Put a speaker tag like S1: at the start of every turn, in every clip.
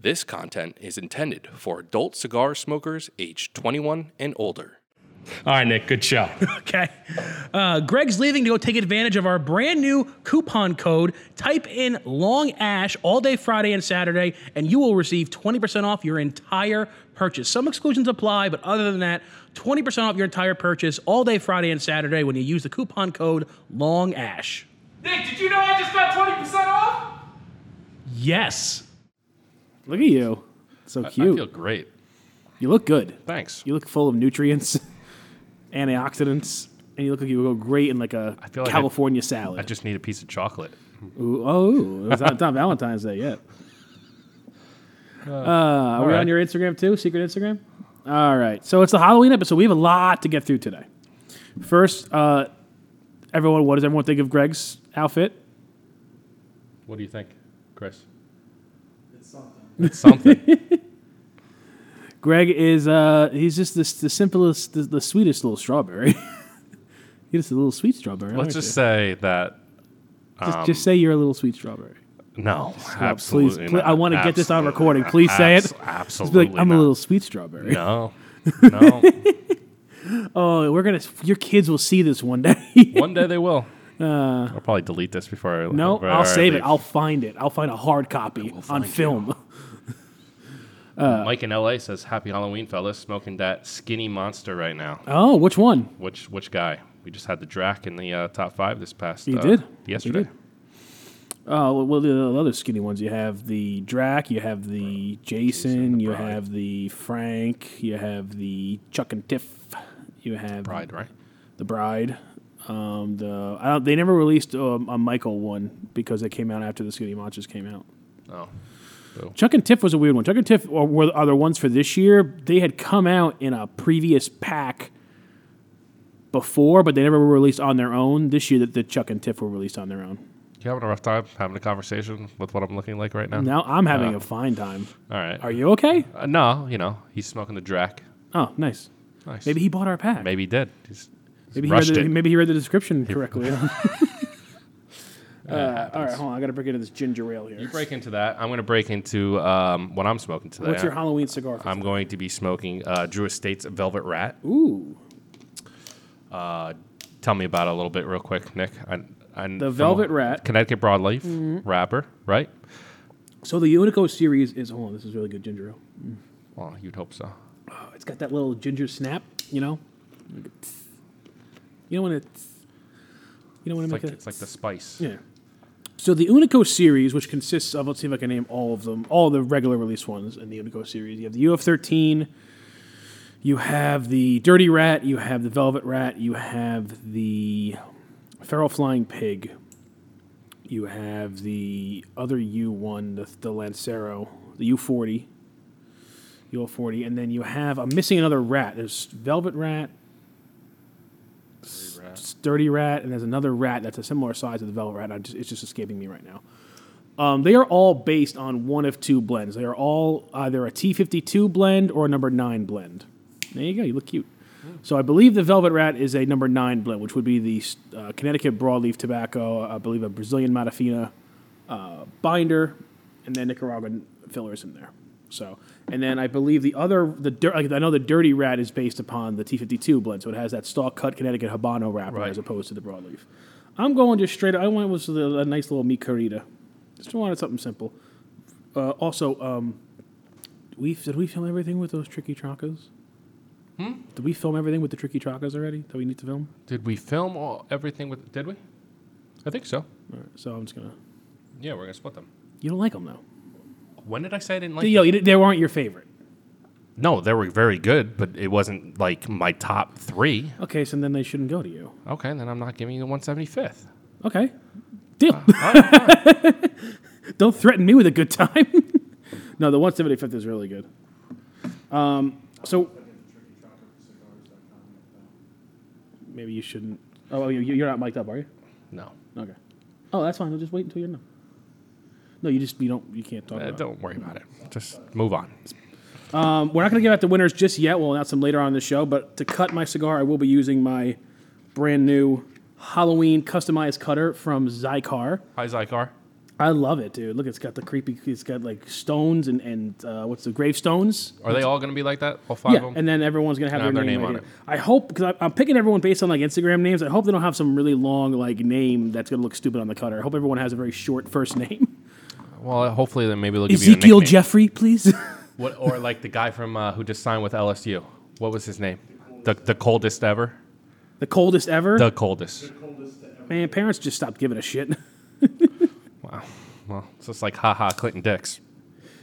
S1: This content is intended for adult cigar smokers aged 21 and older.
S2: All right, Nick, good show.
S3: Okay. Uh, Greg's leaving to go take advantage of our brand new coupon code. Type in Long Ash all day Friday and Saturday, and you will receive 20% off your entire purchase. Some exclusions apply, but other than that, 20% off your entire purchase all day Friday and Saturday when you use the coupon code Long Ash.
S4: Nick, did you know I just got 20% off?
S3: Yes.
S5: Look at you. So
S1: I
S5: cute.
S1: feel great.
S5: you look good.
S1: Thanks.
S5: You look full of nutrients, antioxidants, and you look like you would go great in like a
S2: feel like I-
S5: California
S2: I
S5: salad.
S2: just need a piece of chocolate.
S5: Ooh, oh, it's not, it's not Valentine's Day yet. Uh, are we
S2: right.
S5: on your Instagram too? Secret Instagram? All right. So it's the Halloween episode. We have a lot to get through today. First, uh, everyone, what does everyone think of Greg's outfit?
S2: What do you think, Chris?
S1: It's something.
S5: Greg is uh he's just this the simplest the, the sweetest little strawberry. He's just a little sweet strawberry.
S2: Let's
S5: aren't
S2: just say that
S5: you? just,
S2: Um,
S5: just say you're a little sweet strawberry.
S2: no,
S5: Well,
S2: absolutely.
S5: Please,
S2: not.
S5: I want to get this on
S2: Absolutely
S5: recording.
S2: not.
S5: Please say
S2: Abs-
S5: it. Just be
S2: Absolutely.
S5: like, I'm
S2: not.
S5: a little sweet strawberry.
S2: No, no.
S5: Oh, we're gonna your kids will see this one day.
S2: One day they will. I'll probably delete this before I.
S5: Uh, no,
S2: before I
S5: I'll save it.
S2: leave.
S5: I'll find it. I'll find a hard copy on film.
S2: Mike in LA says, "Happy Halloween, fellas! Smoking that skinny monster right now."
S5: Oh, which one?
S2: Which which guy? We just had the Drac in the uh, top five this past.
S5: You
S2: uh,
S5: did.
S2: yesterday.
S5: You did. Oh well, the the other skinny ones. You have the Drac, you have the Jason, you have the Frank, you have the Chuck and Tiff, you have
S2: Pride, right?
S5: the Bride. Um, the I don't, they never released um, a Michael one because it came out after the Skinny Monsters came out.
S2: Oh,
S5: Chuck and Tiff was a weird one. Chuck and Tiff are, were are the ones for this year. They had come out in a previous pack before, but they never were released on their own. This year, that the Chuck and Tiff were released on their own.
S2: you having a rough time having a conversation with what I'm looking like right now?
S5: Now I'm having a fine time.
S2: Oh. All right.
S5: Are you okay?
S2: Uh, no, you know he's smoking the Drac.
S5: Oh, nice.
S2: Nice.
S5: Maybe he bought our pack.
S2: Maybe he did. He's, he's
S5: Maybe he, read
S2: rushed
S5: the,
S2: it.
S5: maybe he read the description correctly. Uh, all right, hold on. I got to break into this ginger ale here.
S2: You break into that. I'm going to break into um, what I'm smoking today.
S5: What's your Halloween cigar? for
S2: I'm going to be smoking uh, Drew Estates Velvet Rat.
S5: Ooh,
S2: Tell me about it a little bit, real quick, Nick. I, I,
S5: the Velvet Rat.
S2: Connecticut Broadleaf wrapper, right?
S5: So the Unico series is. Hold on, this is really good ginger ale.
S2: Well, you'd hope so.
S5: Oh, it's got that little ginger snap, you know. You know when it's. You know when I
S2: It's
S5: make
S2: like,
S5: it.
S2: it's like the spice.
S5: Yeah. So the Unico series, which consists of, let's see if I can name all of them, all the regular release ones in the Unico series. You have the UF 13, you have the Dirty Rat, you have the Velvet Rat, you have the Feral Flying Pig, you have the other U1, the, the Lancero, the U40, UL40, and then you have, I'm missing another rat. There's Velvet Rat, Dirty Rat, and there's another rat that's a similar size to the Velvet Rat. and I just, it's just escaping me right now. Um, they are all based on one of two blends. They are all either a T52 blend or a number nine blend. There you go. You look cute. So I believe the Velvet Rat is a number nine blend, which would be the uh, Connecticut broadleaf tobacco, I believe a Brazilian Matafina uh, binder, and then Nicaraguan fillers in there. So, and then I believe the other, the dir- like, I know the Dirty Rat is based upon the T52 blend, so it has that stalk cut Connecticut Habano wrapper
S2: Right.
S5: as opposed to the broadleaf. I'm going just straight. I went with the, a nice little meat carita. Just wanted something simple. Uh, also, um, we did we film everything with those tricky chacas? Hmm? Did we film everything with the tricky chacas already that we need to film?
S2: Did we film all, everything with? Did we? I think so.
S5: All right, so I'm just gonna.
S2: Yeah, we're gonna split them.
S5: You don't like them though.
S2: When did I say I didn't like?
S5: Yo, you, they weren't your favorite.
S2: No, they were very good, but it wasn't like my top three.
S5: Okay, so then they shouldn't go to you.
S2: Okay, then I'm not giving you the 175th.
S5: Okay, deal. don't threaten me with a good time. no, the 175th is really good. Um, so maybe you shouldn't. Oh, you, you're not mic'd up, are you?
S2: No,
S5: Okay. Oh, that's fine. We'll just wait until you're done. No, you just you don't you can't talk
S2: Uh,
S5: about. it.
S2: don't worry about it. Just move on.
S5: Um, we're not going to give out the winners just yet. We'll announce them later on in the show. But to cut my cigar, I will be using my brand new Halloween customized cutter from Zycar.
S2: Hi, Zycar.
S5: I love it, dude. Look, it's got the creepy. It's got like stones and and uh, what's the gravestones?
S1: Are they all going to be like that? All five
S5: yeah,
S1: of them?
S5: and then everyone's gonna have,
S1: Gonna
S5: their,
S1: have their
S5: name,
S1: name
S5: right
S1: on
S5: here. I hope because I'm picking everyone based on like Instagram names. I hope they don't have some really long like name that's gonna look stupid on the cutter. I hope everyone has a very short first name.
S1: well, hopefully, then maybe they'll give you a
S5: Ezekiel
S1: nickname.
S5: Jeffrey, please.
S1: What, or like the guy from uh, who just signed with LSU. What was his name? The, the coldest ever.
S5: the coldest ever.
S1: The coldest.
S5: Man, parents just stopped giving a shit.
S1: Well, it's just like haha Clinton Dix.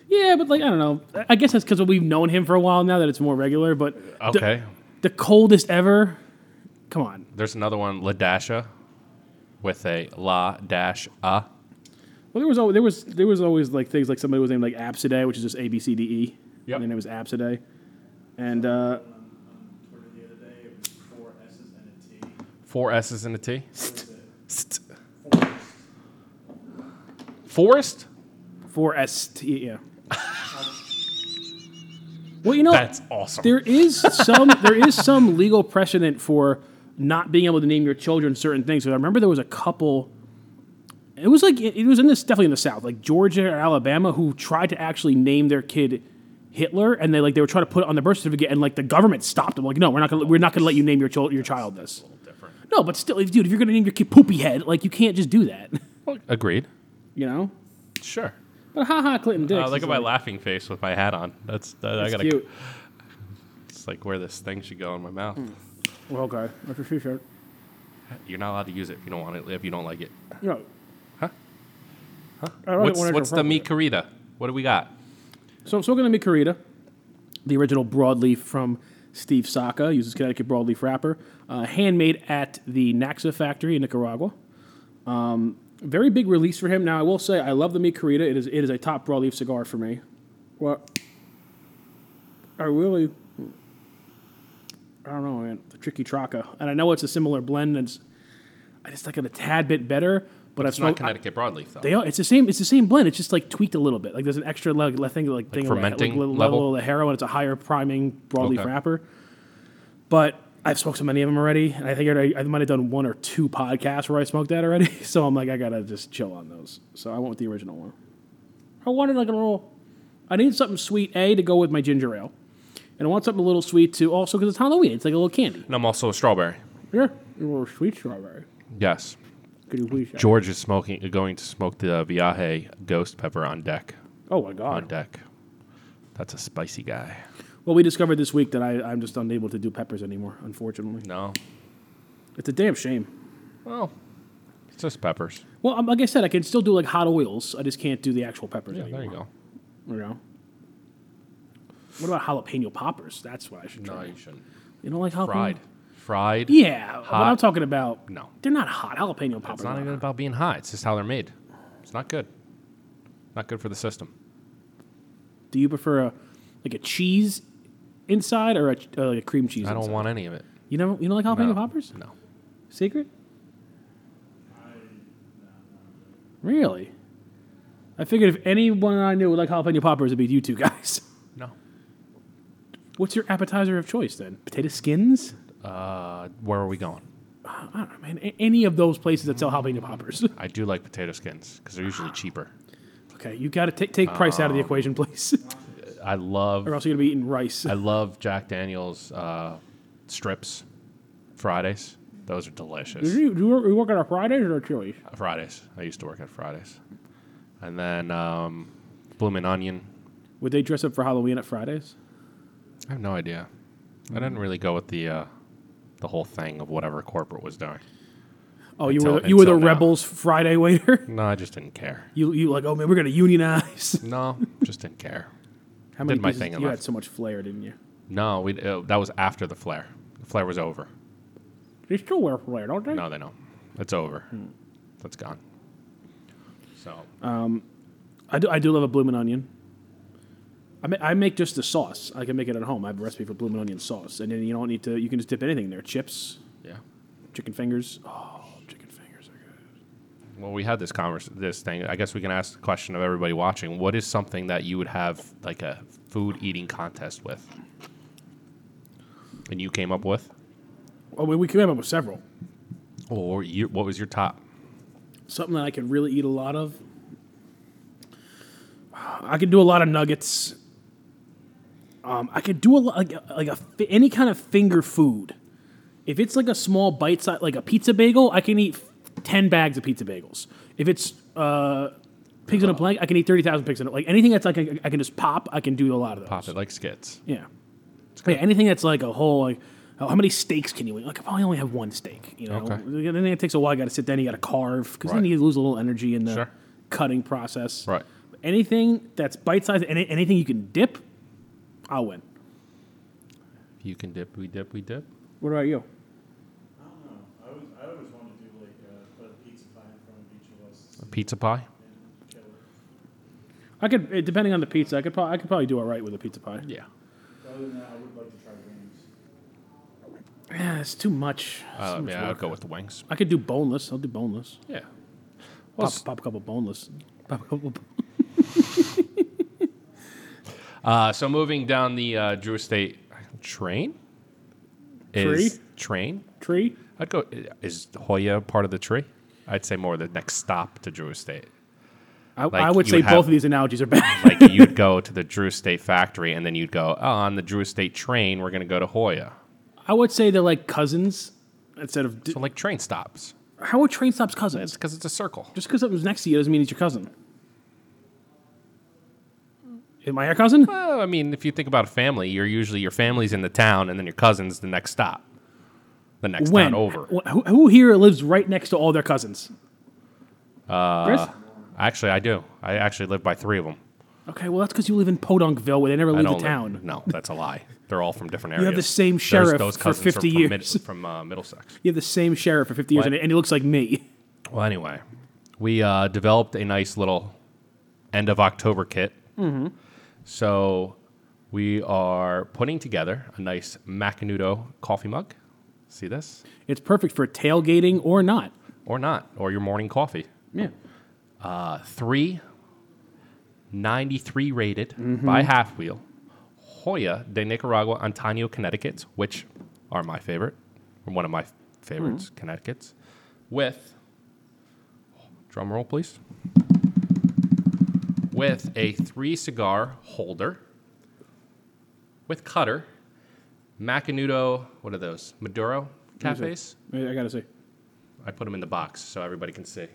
S5: yeah, but like I don't know. I- I guess that's because we've known him for a while now that it's more regular. But the-
S1: Okay.
S5: the, coldest ever. Come on,
S1: There's another one, Ladasha, with a la dash a.
S5: Well, there was always, there was there was always like things like somebody was named like Absidae, which is just A B C D E.
S1: Yep.
S5: And then it was Absidae, and uh,
S1: Four S's and a T. St. Forest?
S5: four S T. Yeah. well, you know
S1: That's awesome.
S5: there is some there is some legal precedent for not being able to name your children certain things. But I remember there was a couple. It was like it, it was in this definitely in the South, like Georgia or Alabama, who tried to actually name their kid Hitler, and they like they were trying to put it on their birth certificate, and like the government stopped them. Like, no, we're not gonna we're not gonna let you name your child your child this. No, but still, if- dude, if you're gonna name your kid Poopy Head, like you can't just do that,
S1: Agreed.
S5: you know.
S1: Sure.
S5: But haha, Clinton Dix.
S1: Uh, look
S5: is
S1: at my
S5: like-
S1: laughing face with my hat on. That's that, I
S5: that's
S1: gotta.
S5: cute.
S1: It's like where this thing should go in my mouth.
S5: Hmm. Well, okay, that's a free shirt.
S1: You're not allowed to use it if you don't want it. If you don't like it.
S5: No. Huh?
S1: What's what's the mi carita? What do we got?
S5: So I'm still going to be Carita, the original broadleaf from Steve Saka, uses Connecticut broadleaf wrapper, uh, handmade at the Naxa factory in Nicaragua. Um, very big release for him. Now I will say I love the Mi Carita. It is it is a top broadleaf cigar for me. What? I really, I don't know, man. The tricky traca, and I know it's a similar blend. And it's, I just like it a tad bit better. But I've
S1: It's not
S5: smoked. I-
S1: Connecticut broadleaf though.
S5: they are. It's the same. It's the same blend. It's just like tweaked a little bit. Like there's an extra like I think like, thing of,
S1: fermenting
S5: like, little
S1: level?
S5: level of the heroin. It's a higher priming broadleaf
S1: Okay.
S5: wrapper. But I've smoked so many of them already, and I think I, I might have done one or two podcasts where I smoked that already. So I'm like, I gotta just chill on those. So I went with the original one. I wanted like a little. I need something sweet a to go with my ginger ale, and I want something a little sweet too, also because it's Halloween. It's like a little candy.
S1: And I'm also a strawberry.
S5: Yeah, a little sweet strawberry.
S1: Yes.
S5: Could you please?
S1: George is smoking, going to smoke the uh, Viaje Ghost Pepper on deck.
S5: Oh my
S1: On
S5: god.
S1: deck. That's a spicy guy.
S5: Well, we discovered this week that I, I'm just unable to do peppers anymore, unfortunately.
S1: No.
S5: It's a damn shame.
S1: Well, it's just peppers.
S5: Well, um, like I said, I can still do like hot oils. I just can't do the actual peppers
S1: Yeah,
S5: anymore.
S1: there you go.
S5: You know. What about jalapeno poppers? That's what I should
S1: No,
S5: try.
S1: you shouldn't.
S5: You don't like jalapeno?
S1: Fried. Hmm. Fried.
S5: Yeah, but
S1: Hot.
S5: I'm talking about.
S1: No.
S5: they're not hot. Jalapeno poppers.
S1: It's not
S5: are
S1: even
S5: hot.
S1: about being hot. It's just how they're made. It's not good. Not good for the system.
S5: Do you prefer a like a cheese inside or a, ch- uh, like a cream cheese?
S1: I don't
S5: inside?
S1: want any of it.
S5: You know, you don't like jalapeno
S1: No.
S5: poppers?
S1: No.
S5: Secret? Really? I figured if anyone I knew would like jalapeno poppers, it'd be you two guys.
S1: No.
S5: What's your appetizer of choice then? Potato skins?
S1: Uh, where are we going?
S5: I don't know, man. A- any of those places that sell jalapeno poppers.
S1: I do like potato skins because they're usually cheaper.
S5: okay, you got to take take price
S1: Uh,
S5: out of the equation, please,
S1: I love
S5: or else you're gonna be eating rice.
S1: I love Jack Daniels uh, strips Fridays. Those are delicious.
S5: do, you, do you work- you work on a Fridays or a Chili's?
S1: Fridays. I used to work at Fridays. And then um, Bloomin' Onion.
S5: Would they dress up for Halloween at Fridays?
S1: I have no idea. I didn't really go with the uh, the whole thing of whatever corporate was doing.
S5: Oh, you were
S1: Until-
S5: the, you were the
S1: until now.
S5: rebels Friday waiter.
S1: No, I just didn't care.
S5: You you like oh man, we're gonna unionize.
S1: No, just didn't care.
S5: How many
S1: Did my
S5: pieces-
S1: thing and
S5: You
S1: left.
S5: had so much flair, didn't you?
S1: No, we uh, that was after the flare. The flare was over.
S5: They still wear flair, don't they?
S1: No, they don't. It's over. That's gone. Hmm. So
S5: I do. I do love a bloomin' onion. I, ma- I make just the sauce. I can make it at home. I have a recipe for bloomin' onion sauce, and then you don't need to. You can just dip anything in there: chips,
S1: yeah.
S5: chicken fingers. Oh, chicken fingers are good.
S1: Well, we had this convers this thing. I guess we can ask the question of everybody watching: What is something that you would have like a food eating contest with? And you came up with,
S5: Oh, we, we came up with several.
S1: or you, what was your top?
S5: Something that I could really eat a lot of. I could do a lot of nuggets. Um, I could do a lot like like a fi- any kind of finger food. If it's like a small bite size, like a pizza bagel, I can eat f- ten bags of pizza bagels. If it's uh, pigs in a blanket, I can eat thirty thousand pigs in a like anything that's like I, I can just pop. I can do a lot of those.
S2: Pop it like skits.
S5: Yeah. Yeah, anything that's like a whole like how how many steaks can you eat? Like I probably only have one steak, you know.
S2: Okay.
S5: And Then it takes a while. You got to sit down. You got to carve because then
S2: Right.
S5: you lose a little energy in the
S2: Sure.
S5: cutting process.
S2: Right.
S5: Anything that's bite sized, any, anything you can dip, I'll win.
S2: You can dip, we dip, we dip.
S5: What about you?
S6: I always, I always wanted to do like uh, a pizza pie in front of each of us.
S2: A pizza pie.
S5: I could, eh, depending on the pizza, I could probably I could probably do all right with a pizza pie.
S2: Yeah.
S6: Other than that, I would like to try wings.
S5: Yeah, it's too much.
S2: Uh,
S5: Too much
S2: yeah, I'll
S5: work.
S2: go with the wings.
S5: I could do boneless. I'll do boneless.
S2: Yeah. Well,
S5: Pop,
S2: s-
S5: pop a couple boneless. Pop a couple.
S2: uh, so moving down the uh, Drew Estate train is train.
S5: Tree.
S2: I'd go. Is Hoya part of the tree? I'd say more the next stop to Drew Estate.
S5: I,
S2: Like,
S5: I would
S2: you
S5: say
S2: would have-
S5: both of these analogies are bad.
S2: Like you'd go to the Drew Estate factory, and then you'd go oh, on the Drew Estate train. We're gonna go to Hoya.
S5: I would say they're like cousins instead of.
S2: So like train stops.
S5: How are train stops
S2: It's
S5: cousins?
S2: because it's a circle.
S5: Just because it was next to you doesn't mean it's your cousin. Am I your cousin?
S2: Well, Uh, I mean, if you think about a family, you're usually your family's in the town, and then your cousin's the next stop, the next
S5: when?
S2: town over.
S5: Wh- Who, who here lives right next to all their cousins? Uh, Chris?
S2: Actually, I do. I actually live by three of them.
S5: Okay, well, that's because you live in Podunkville where they never
S2: I
S5: leave the
S2: don't
S5: town.
S2: live- no, that's a lie. They're all from different areas.
S5: have the same
S2: There's-
S5: sheriff
S2: those
S5: for
S2: cousins
S5: 50
S2: are from
S5: years.
S2: Mid- from uh, Middlesex.
S5: You have the same sheriff for 50 years
S2: What?
S5: and, and he looks like me.
S2: Well, anyway, we uh, developed a nice little end of October kit. Mm-hmm. So we are putting together a nice Macanudo coffee mug. See this?
S5: It's perfect for tailgating or not.
S2: Or not, or your morning coffee.
S5: Yeah.
S2: three 93 rated by Half Wheel Hoya de Nicaragua, Antonio, Connecticut, which are my favorite, or one of my favorites, Connecticut's, with drum roll, please. With a three cigar holder, with cutter, Macanudo, what are those? Maduro cafes?
S5: I, I gotta say.
S2: I put them in the box so everybody can see.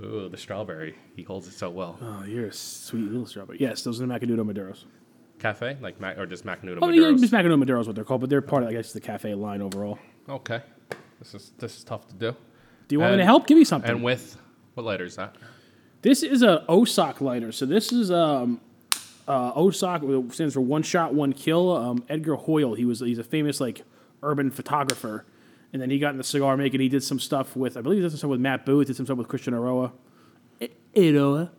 S2: Ooh, the strawberry. He holds it so well.
S5: Oh, you're a sweet little strawberry. Yes, those are the Macanudo Maduros.
S2: Cafe, like Mac, or just Macanudo
S5: Oh, yeah,
S2: Maduros.
S5: just Macanudo Maduros, what they're called, but they're part of, I guess, the cafe line overall.
S2: okay, this is this is tough to do.
S5: Do you want me
S2: And-
S5: to help? Give me something.
S2: And with what lighter is that?
S5: This is a OSOC lighter. So this is um, uh, OSOC uh, stands for one shot, one kill. Um, Edgar Hoyle. He was he's a famous like urban photographer, and then he got in the cigar making. He did some stuff with I believe he did some stuff with Matt Booth. Did some stuff with Christian Aroa. Aroa.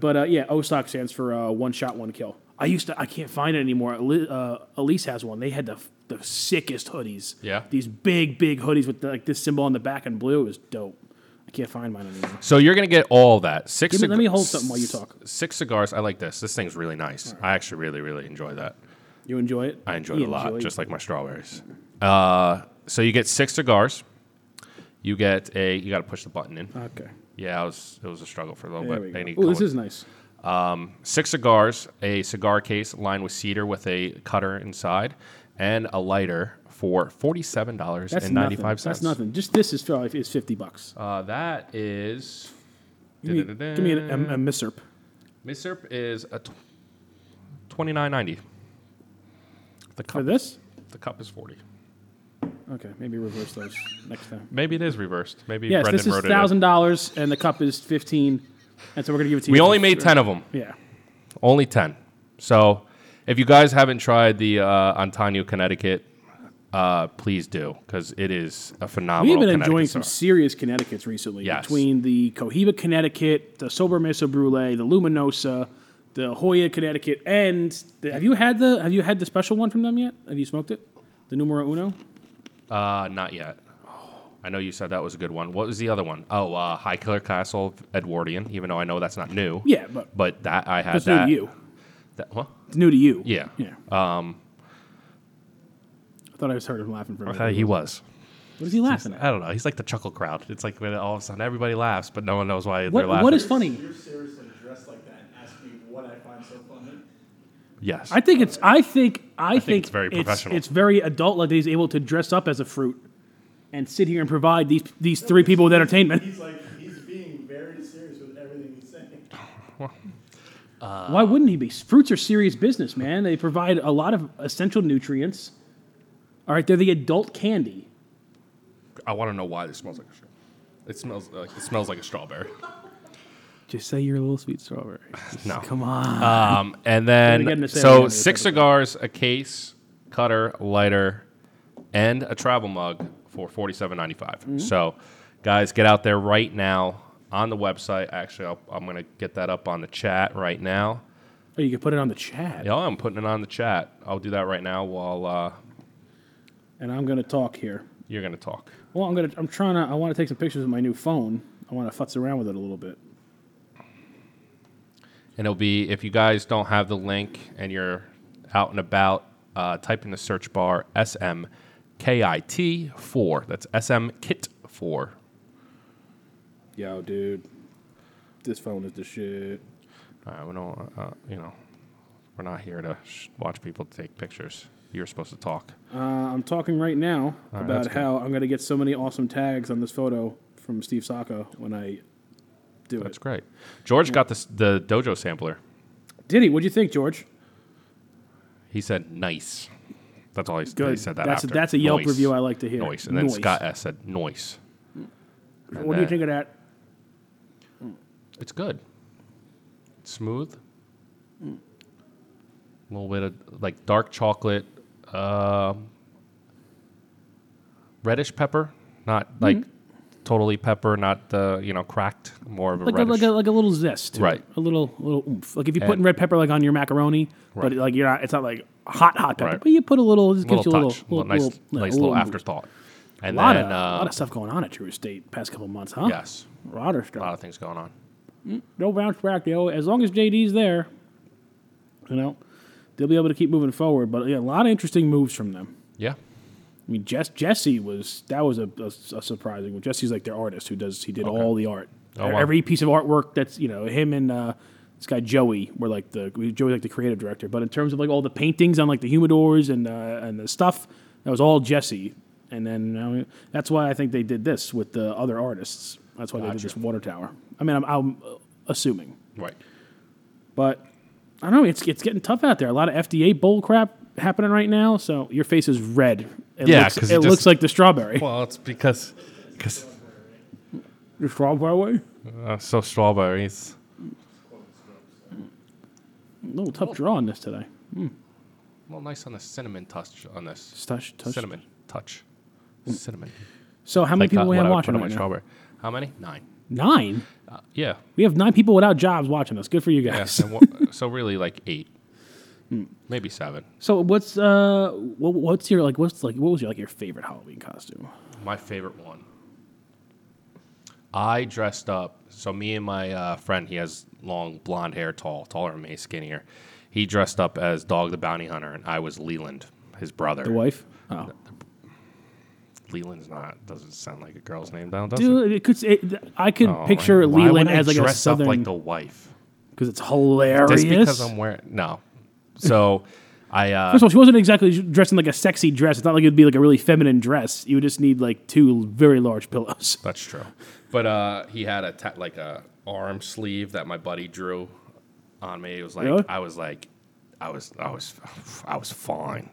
S5: But uh, yeah, OSOC stands for uh, one shot, one kill. I used to I can't find it anymore. Ali- Uh, Elise has one. They had the the sickest hoodies.
S2: Yeah.
S5: These big big hoodies with like this symbol on the back in blue. It was dope. I can't find mine anymore.
S2: So you're gonna get all that. Six.
S5: Give me,
S2: cig-
S5: let me hold something while you talk.
S2: Six cigars. I like this. This thing's really nice. I actually really really enjoy that.
S5: You enjoy it?
S2: I enjoyed
S5: You
S2: it a lot,
S5: enjoy it?
S2: just like my strawberries. Uh, so you get six cigars. You get a. You got to push the button in.
S5: okay.
S2: Yeah, it was it was a struggle for a little
S5: Uh-huh. There
S2: bit. They
S5: we
S2: need
S5: go. Ooh,
S2: color.
S5: this is nice.
S2: six cigars, a cigar case lined with cedar with a cutter inside, and a lighter for forty-seven dollars
S5: That's
S2: and ninety-five
S5: nothing.
S2: cents.
S5: That's nothing. Just this is probably is fifty bucks.
S2: Uh, that is.
S5: Give me, give me an, a, a miserp.
S2: Misurp is a tw- twenty-nine ninety. The
S5: For
S2: cup.
S5: this?
S2: The cup is forty.
S5: Okay, maybe reverse those next time.
S2: Maybe it is reversed. Maybe
S5: Yes,
S2: Brendan
S5: this is
S2: wrote
S5: thousand
S2: it.
S5: dollars, and the cup is fifteen, and so we're gonna give it to
S2: in.
S5: you.
S2: We
S5: for
S2: only made
S5: free.
S2: ten of them.
S5: Yeah,
S2: Only 10. So if you guys haven't tried the uh, Antonio Connecticut, uh, please do because it is a phenomenal.
S5: we've been enjoying
S2: Connecticut
S5: some
S2: cigar.
S5: serious Connecticut's recently.
S2: Yes.
S5: Between the Cohiba Connecticut, the Sober Mesa Brulee, the Luminosa, the Hoya Connecticut, and the, have you had the have you had the special one from them yet? Have you smoked it? The Numero Uno.
S2: Uh, not yet. I know you said that was a good one. What was the other one? Oh, uh, High Killer Castle Edwardian. Even though I know that's not new.
S5: Yeah, but
S2: But that I had
S5: it's new
S2: that.
S5: to you.
S2: that- huh?
S5: It's new to you.
S2: Yeah.
S5: Yeah.
S2: Um,
S5: I thought I was heard him laughing for a
S2: I
S5: minute.
S2: thought Uh, he was.
S5: What is he laughing at?
S2: I don't know. He's like the chuckle crowd. It's like when all of a sudden everybody laughs, but no one knows why
S5: What,
S2: they're laughing.
S5: what is funny?
S6: You're seriously dressed like that and ask me
S2: Yes.
S5: I think it's. I think. I, think,
S2: it's very professional.
S5: It's, very adult like that he's able to dress up as a fruit and sit here and provide these these three people with entertainment.
S6: He's like, he's being very serious with everything he's saying.
S5: Why wouldn't he be? Fruits are serious business, man. They provide a lot of essential nutrients. All right, they're the adult candy.
S2: I want to know why this smells like a straw. It smells like it smells like a strawberry.
S5: Just say you're a little sweet strawberry.
S2: No.
S5: Come on.
S2: Um, and
S5: We're getting
S2: then
S5: the same
S2: so
S5: amount of
S2: six
S5: paper.
S2: cigars, a case, cutter, lighter, and a travel mug for forty seven ninety five.
S5: Mm-hmm.
S2: So, guys, get out there right now on the website. Actually, I'll, I'm gonna get that up on the chat right now.
S5: Oh, you can put it on the chat.
S2: Yeah, I'm putting it on the chat. I'll do that right now while uh,
S5: And I'm gonna talk here.
S2: you're gonna talk.
S5: Well, I'm gonna. I'm trying to. I want to take some pictures of my new phone. I want to futz around with it a little bit.
S2: And it'll be if you guys don't have the link and you're out and about, uh, type in the search bar S M K I T four. That's S M Kit four.
S5: Yo, dude, this phone is the shit.
S2: Uh, we don't, uh, you know, we're not here to sh- watch people take pictures. You're supposed to talk.
S5: Uh, I'm talking right now about
S2: that's good.
S5: how I'm gonna get so many awesome tags on this photo from Steve Saka when I do
S2: That's
S5: it.
S2: great. George got this, the dojo sampler.
S5: Diddy, what'd you think, George?
S2: He said nice. That's all he, s- he
S5: Good.
S2: said. That
S5: that's a,
S2: after.
S5: that's a Yelp
S2: Nice.
S5: review I like to hear.
S2: Nice. And then
S5: Nice.
S2: Scott S said noise.
S5: What do you think of that?
S2: It's good. Smooth. A little bit of like dark chocolate, um, reddish pepper, not like totally pepper, not the you know cracked, more of a
S5: Mm-hmm. Like a,
S2: reddish.
S5: like a like a little zest, to it.
S2: Right.
S5: A little little oomph. Like if you're putting
S2: And-
S5: red pepper like on your macaroni, but
S2: Right.
S5: like you're not. It's not like hot hot pepper,
S2: Right.
S5: but you put a little. It just
S2: little
S5: gives you a little,
S2: touch, little, nice,
S5: yeah,
S2: nice
S5: a
S2: little,
S5: boost.
S2: afterthought. And
S5: A lot,
S2: then,
S5: of,
S2: uh,
S5: a lot of stuff going on at True Estate past couple months, huh?
S2: yes,
S5: A lot of stuff.
S2: a lot of things going on.
S5: No bounce back, yo. As long as JD's there, you know, they'll be able to keep moving forward. But yeah, a lot of interesting moves from them.
S2: Yeah,
S5: I mean, Jess, Jesse was that was a, a, a surprising one. Jesse's like their artist who does he did all the art,
S2: Oh, wow.
S5: every piece of artwork that's you know him and uh, this guy Joey were like the Joey like the creative director. But in terms of like all the paintings on like the humidors and uh, and the stuff, that was all Jesse. And then I mean, that's why I think they did this with the other artists. That's why they did
S2: Gotcha.
S5: this water tower. I mean, I'm, I'm uh, assuming.
S2: right.
S5: But I don't know. It's it's getting tough out there. A lot of FDA bull crap happening right now. So your face is red. It
S2: Yeah,
S5: looks,
S2: 'cause
S5: it
S2: it just-
S5: looks like the strawberry.
S2: Well, it's because because
S5: The strawberry.
S2: uh, so strawberries.
S5: A little tough draw on this today.
S2: Well, nice on the cinnamon touch on this
S5: Just touch, touch. Mm.
S2: cinnamon touch, cinnamon.
S5: So how many
S2: Like, uh,
S5: people we
S2: what
S5: have
S2: I would
S5: watching
S2: put on my
S5: right now?
S2: strawberry. How many? Nine.
S5: Nine.
S2: Uh, yeah.
S5: We have nine people without jobs watching us. Good for you guys.
S2: Yes. Hmm. and wha- so really, like eight, maybe seven.
S5: So what's uh what, what's your like what's like what was your like your favorite Halloween costume?
S2: My favorite one. I dressed up. So me and my uh, friend, he has long blonde hair, tall, taller than me, skinnier. He dressed up as Dog the Bounty Hunter, and I was Leland, his brother.
S5: The wife. Oh,
S2: Leland's not. Doesn't sound like a girl's name, down, does it?
S5: dude, it could. It, I could
S2: Oh,
S5: picture
S2: like, why
S5: Leland
S2: would I
S5: as like a
S2: dress up
S5: southern
S2: like the wife.
S5: because it's hilarious.
S2: Just because I'm wearing no. So I uh,
S5: First of all, she wasn't exactly dressed in like a sexy dress. It's not like it'd be like a really feminine dress. You would just need like two very large pillows.
S2: That's true. But uh, he had a ta- like a arm sleeve that my buddy drew on me. It was like
S5: Really?
S2: I was like I was I was I was fine.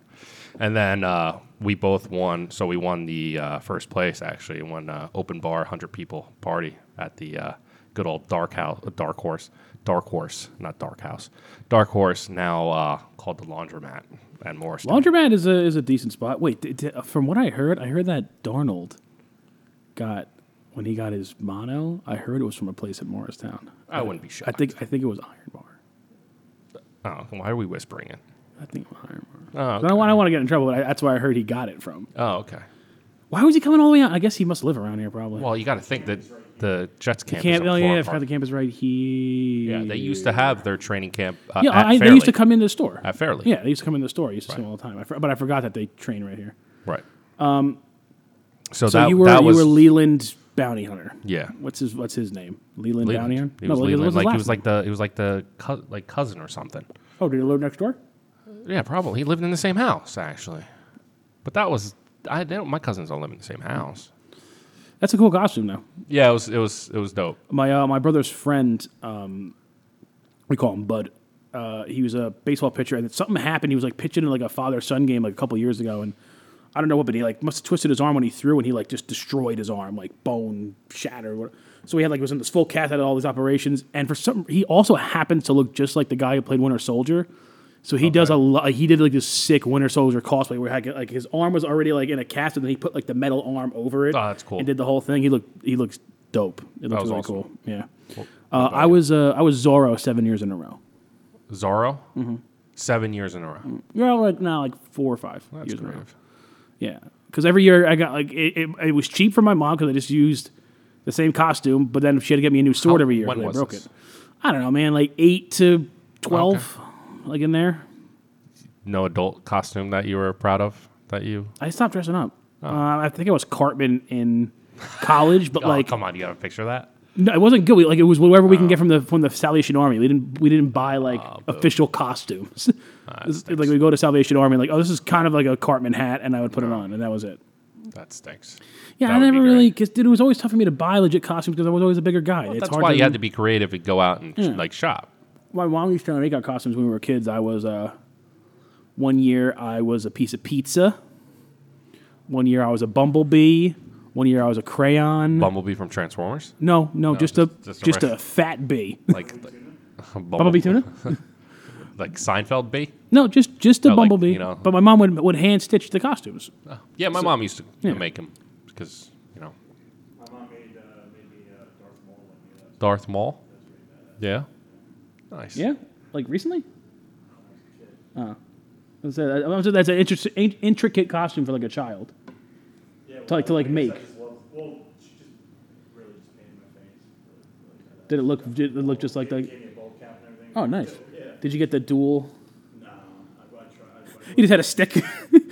S2: And then uh, we both won, so we won the uh, first place actually. Won uh, open bar, hundred people party at the uh, good old Dark House, Dark Horse, Dark Horse, not Dark House, Dark Horse. Now uh, called the Laundromat and Morris.
S5: Laundromat is a is a decent spot. Wait, d- d- from what I heard, I heard that Darnold got when he got his mono. I heard it was from a place in Morristown.
S2: I wouldn't be shocked.
S5: I think I think it was Iron Bar.
S2: Oh, why are we whispering it?
S5: I think it was Iron Bar.
S2: Oh,
S5: I don't want I want to get in trouble, but I, that's where I heard he got it from.
S2: oh okay.
S5: Why was he coming all the way out? I guess he must live around here probably.
S2: Well, you got to think that the Jets camp.
S5: Camp,
S2: is up
S5: oh yeah,
S2: far
S5: I forgot
S2: apart.
S5: the camp is right here.
S2: Yeah, they used to have their training camp. Uh,
S5: Yeah,
S2: at
S5: I, they
S2: Fairleigh.
S5: used to come into the store.
S2: at Fairleigh.
S5: Yeah, they used to come in the store. I used to see them all the time. I for, but I forgot that they train right here.
S2: right. Um, so,
S5: So
S2: that,
S5: you were
S2: that
S5: you
S2: was
S5: were Leland Bounty Hunter.
S2: yeah.
S5: What's his What's his name? Leland,
S2: Leland.
S5: Bounty Hunter.
S2: He was
S5: Leland-
S2: Leland.
S5: what's his
S2: Like he
S5: last
S2: was like the he was like the cou- like cousin or something.
S5: name? Oh, did he live next door?
S2: Yeah, probably. He lived in the same house actually, but that was I don't. My cousins all live in the same house.
S5: That's a cool costume, though.
S2: Yeah, it was it was it was dope.
S5: My uh, my brother's friend, um, we call him Bud. Uh, he was a baseball pitcher, and something happened. He was like pitching in like a father son game like a couple years ago, and I don't know what, but he like must have twisted his arm when he threw, and he like just destroyed his arm, like bone shattered. what- So he had like was in this full cast, had all these operations, and for some, he also happens to look just like the guy who played Winter Soldier. So he does a lot. He did like this sick Winter Soldier cosplay where he had, like his arm was already like in a cast, and then he put like the metal arm over it.
S2: Oh, that's cool.
S5: And did the whole thing. He looked. He looks dope. It looks
S2: was
S5: really
S2: awesome.
S5: cool. Yeah. Uh, I was uh, I was Zorro seven years in a row.
S2: Zorro,
S5: Mm-hmm.
S2: seven years in a row.
S5: You're all like now like four or five
S2: That's
S5: years in a row.
S2: creative.
S5: Yeah, because every year I got like it, it, it was cheap for my mom because I just used the same costume, but then she had to get me a new sword
S2: How-
S5: every year.
S2: when
S5: 'cause
S2: was
S5: I broke
S2: this?
S5: it. I don't know, man. Like eight to twelve, like in there.
S2: No adult costume that you were proud of that you.
S5: I stopped dressing up. Uh, I think I was Cartman in college, but
S2: Oh. Oh,
S5: like
S2: come on, you got a picture of that?
S5: No, it wasn't good. We, like it was whatever
S2: Oh.
S5: we can get from the from the Salvation Army. We didn't we didn't buy like official costumes.
S2: Ah,
S5: This- like we go to Salvation Army, like oh, this is kind of like a Cartman hat, and I would put it on, and that was it.
S2: That stinks.
S5: Yeah,
S2: Oh. That
S5: I
S2: would be
S5: never really
S2: great.
S5: because dude, it was always tough for me to buy legit costumes because I was always a bigger guy. it's
S2: That's
S5: hard
S2: why
S5: to,
S2: you had to be creative and go out and like shop.
S5: My mom used to make our costumes when we were kids. I was uh, one year I was a piece of pizza. One year I was a bumblebee. One year I was a crayon.
S2: Bumblebee from Transformers,
S5: no, no, just, a
S2: just- Oh. just
S5: just,
S2: a
S5: a fat bee.
S2: like Bumblebee,
S5: Bumblebee tuna.
S2: like Seinfeld bee.
S5: No, just just a
S2: like,
S5: bumblebee.
S2: you know.
S5: But my mom would would hand stitch the costumes.
S2: Yeah, my mom used to make him because you know
S6: My mom made uh, maybe uh, Darth Maul one year. That was
S2: Darth Maul. Yeah, nice.
S5: like recently. Oh, that's, a- I'm saying that's an interest- in- intricate costume for like a child.
S6: yeah, well,
S5: To, like- to, like,
S6: I guess I
S5: make.
S6: just loved- well, she just really just painted my face. Really, really,
S5: Did it look did it look just like the?
S6: gave me a bowl cap and everything.
S5: Oh, nice.
S6: Yeah.
S5: Did you get the dual?
S6: No, I, I tried. I,
S5: You just had a stick.
S6: tried. I had a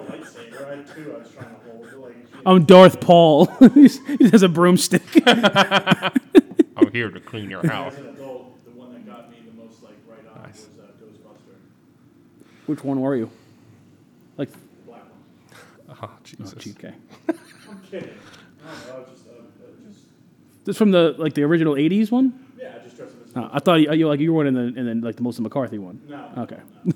S6: lightsaber. I had two. I was trying to hold. Like, she-
S5: I'm Darth Paul. he just has a broomstick.
S2: I'm here to clean your house.
S6: as an adult, the one that got me the most like right on
S2: Nice.
S6: was uh, Ghostbuster,
S5: Which one were you? Like
S6: the black one.
S2: oh Jesus!
S5: okay.
S6: I'm kidding. I don't know. I was just, uh, uh, just
S5: This from the like the original '80s one.
S6: yeah. I just dressed up as.
S5: Uh, I thought you, you like you were in the and then like the Melissa McCarthy one.
S6: No.
S5: Okay.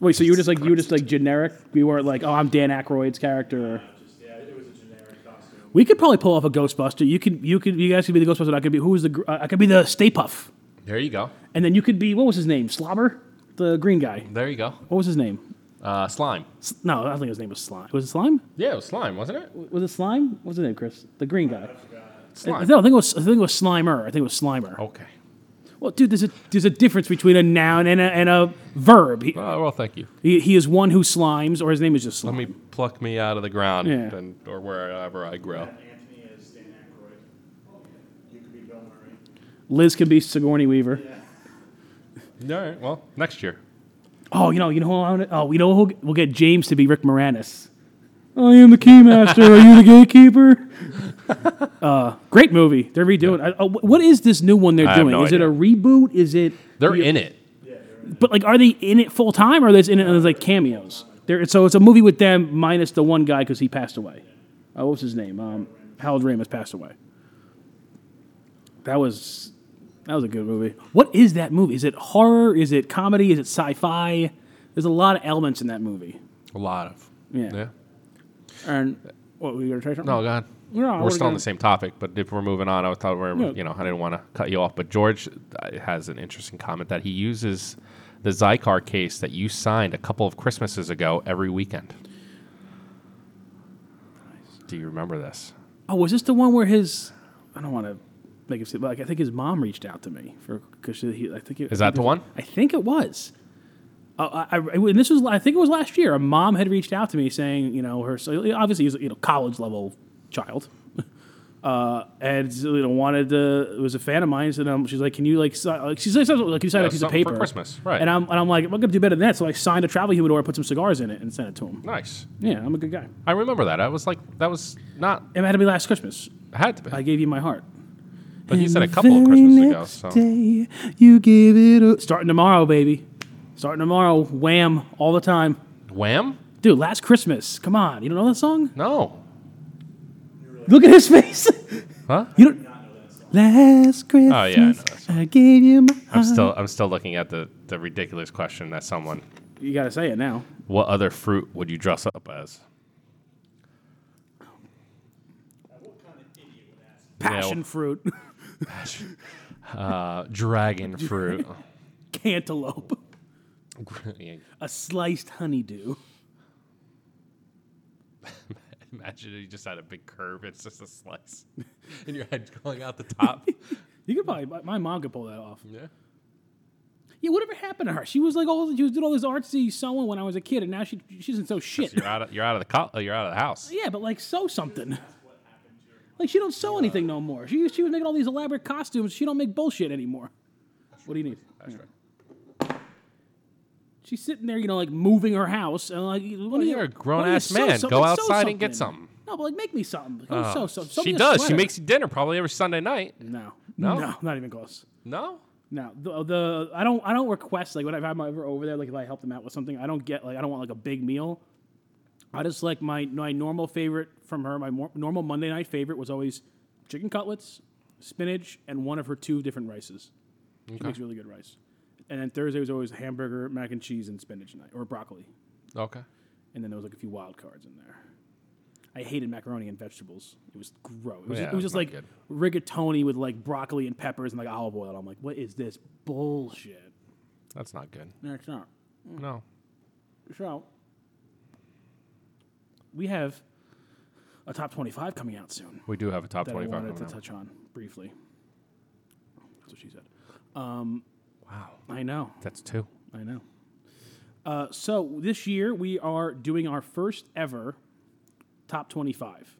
S5: Wait, so you were just like you were just like generic? You weren't like, oh, I'm Dan Aykroyd's character.
S6: Just yeah. It was a generic costume.
S5: We could probably pull off a Ghostbuster. You could, you could, you guys could be the Ghostbuster. and I could be who was the? gr- Uh, I could be the Stay Puff,
S2: There you go.
S5: and then you could be what was his name? Slobber, the green guy.
S2: There you go.
S5: What was his name?
S2: Uh, slime.
S5: S- No, I don't think his name was Slime. Was it Slime?
S2: Yeah, it was slime, wasn't it?
S5: W- Was it Slime? What was his name, Chris? The green guy. I,
S2: Slime.
S5: no, I think it was. I think it was Slimer. I think it was Slimer.
S2: Okay.
S5: Well, dude, there's a there's a difference between a noun and a and a verb. He,
S2: Uh, well, thank you.
S5: he, he is one who slimes, or his name is just
S2: Let
S5: Slime.
S2: me pluck me out of the ground
S5: Yeah.
S2: and or wherever I grow.
S6: Anthony is Dan Aykroyd. You could be Bill Murray.
S5: Liz can be Sigourney Weaver.
S2: All right. Well, next year.
S5: Oh, you know, you know, who I wanna- oh, you know, who we'll, we'll get James to be Rick Moranis. I am the keymaster. Are you the gatekeeper? uh, great movie. They're redoing. I- oh, wh- what is this new one they're
S2: I have
S5: doing?
S2: no
S5: is it
S2: idea.
S5: a reboot? Is it?
S2: They're in it.
S5: But like, are they in it full time, or are they in it as like cameos? They're, so it's a movie with them minus the one guy because he passed away. Oh, what was his name? Um, Harold Ramis passed away. That was that was a good movie. What is that movie? Is it horror? Is it comedy? Is it sci-fi? There's a lot of elements in that movie.
S2: A lot of.
S5: Yeah.
S2: Yeah.
S5: And what we gonna try something?
S2: No, Oh, go ahead.
S5: We're all-
S2: We're,
S5: we're
S2: still on
S5: good.
S2: the same topic, but if we're moving on, I thought we were,
S5: Yeah.
S2: you know, I didn't want to cut you off, but George uh, has an interesting comment that he uses the Zycar case that you signed a couple of Christmases ago every weekend. Do you remember this?
S5: Oh, was this the one where his? I don't want to make him say, but like, I think his mom reached out to me for because he. I think it,
S2: Is that the one?
S5: I think it was. Uh, I, I, and this was, I think it was last year. A mom had reached out to me saying, you know, her so obviously he's a, you know college level child, uh, and you know wanted to was a fan of mine. So um, she's like, can you like, si- like she's like, something like can you sign
S2: Yeah,
S5: a piece of
S2: something
S5: paper
S2: for Christmas, right.
S5: And I'm and I'm like, I'm gonna do better than that. So I signed a travel humidor, put some cigars in it, and sent it to him.
S2: Nice.
S5: Yeah, I'm a good guy.
S2: I remember that. I was like, that was not,
S5: It had to be last Christmas.
S2: had to be.
S5: I gave you my heart.
S2: but he said a couple of Christmases ago, so.
S5: Day, you gave it a- starting tomorrow, baby. Starting tomorrow, wham, all the time.
S2: Wham?
S5: Dude, Last Christmas. Come on. You don't know that song?
S2: No.
S5: Look at his face.
S2: Huh? Oh,
S5: You don't. Last Christmas,
S2: I know that
S5: I gave you my.
S2: I'm still I'm still looking at the, the ridiculous question that someone
S5: You gotta say it now.
S2: what other fruit would you dress up as?
S5: Passion fruit,
S2: Uh, dragon fruit.
S5: cantaloupe,
S2: Yeah,
S5: a sliced honeydew.
S2: Imagine you just had a big curve, it's just a slice. And your head's going out the top.
S5: You could probably. my- My mom could pull that off.
S2: yeah.
S5: Yeah, whatever happened to her? She was like all she was did all this artsy sewing when I was a kid, and now she she doesn't sew shit.
S2: You're out of you're out of the co- uh, you're out of the house.
S5: Yeah, but like sew something. Like she don't sew anything no more. She she was making all these elaborate costumes. She don't make bullshit anymore. What do you need? Yeah. She's sitting there, you know, like moving her house, and like, what do you-
S2: you're a
S5: why don't you
S2: grown-ass
S5: sew
S2: man.
S5: some-
S2: Go
S5: like, sew
S2: outside and get something.
S5: No, but like make me something. Go sew something. Sew
S2: She
S5: me a
S2: does. She
S5: Oh, sweater.
S2: makes you dinner probably every Sunday night.
S5: no,
S2: No?
S5: no, not even close.
S2: No?
S5: No, the, the I don't I don't request like when I'm ever over there like if I help them out with something I don't get like I don't want like a big meal. I just like my my normal favorite from her. My mor- normal Monday night favorite was always chicken cutlets, spinach, and one of her two different rices. She makes really good rice. And then Thursday was always hamburger, mac and cheese, and spinach night or broccoli.
S2: Okay.
S5: And then there was like a few wild cards in there. I hated macaroni and vegetables. It was gross. It was,
S2: Yeah,
S5: it was just
S2: not
S5: like
S2: good.
S5: rigatoni with like broccoli and peppers and like olive oil. I'm like, what is this bullshit?
S2: That's not good.
S5: No, it's not.
S2: No.
S5: So we have a top twenty-five coming out soon
S2: We do have a top
S5: that
S2: twenty
S5: I
S2: five
S5: wanted to
S2: coming out.
S5: touch on briefly. That's what she said.
S2: Wow.
S5: I know.
S2: That's two.
S5: I know. Uh, so this year we are doing our first ever top 25.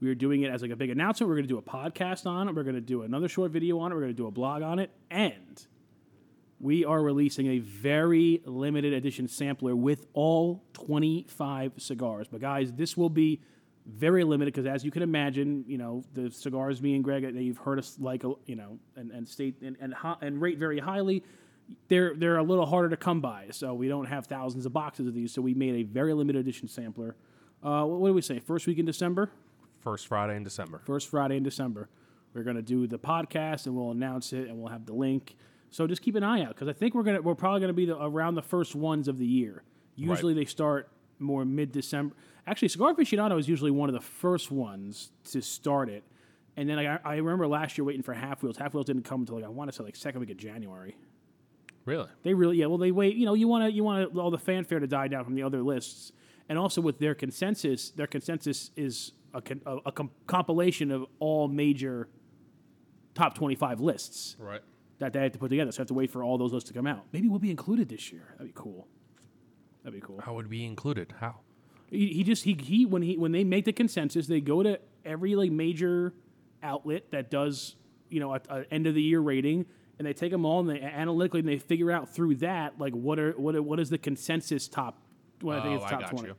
S5: We are doing it as like a big announcement. We're going to do a podcast on it. We're going to do another short video on it. We're going to do a blog on it, and we are releasing a very limited edition sampler with all 25 cigars. But guys, this will be very limited because, as you can imagine, you know the cigars me and Greg that you've heard us like, uh, you know, and, and state and and, hi- and rate very highly they're they're a little harder to come by, so we don't have thousands of boxes of these. So we made a very limited edition sampler. Uh, what, what did we say? First week in December,
S2: First Friday in December.
S5: first Friday in December, we're gonna do the podcast and we'll announce it and we'll have the link. So just keep an eye out because I think we're gonna we're probably gonna be the, around the first ones of the year. Usually they start more mid December. Actually, Cigar Aficionado is usually one of the first ones to start it. And then I, I remember last year waiting for Half Wheels. Half Wheels didn't come until like I want to say like second week of January.
S2: Really?
S5: They really, yeah. Well, they wait. You know, you want to, you want all the fanfare to die down from the other lists, and also with their consensus, their consensus is a, con- a, a com- compilation of all major top twenty-five lists
S2: Right.
S5: that they had to put together. So I have to wait for all those lists to come out. Maybe we'll be included this year. That'd be cool. That'd be cool.
S2: How would be included? How?
S5: He, he just he, he when he when they make the consensus, they go to every like major outlet that does you know an end of the year rating, and they take them all and they analytically and they figure out through that like what are what are, what is the consensus top? What I think
S2: Oh,
S5: it's
S2: I
S5: top
S2: got
S5: twenty.
S2: you.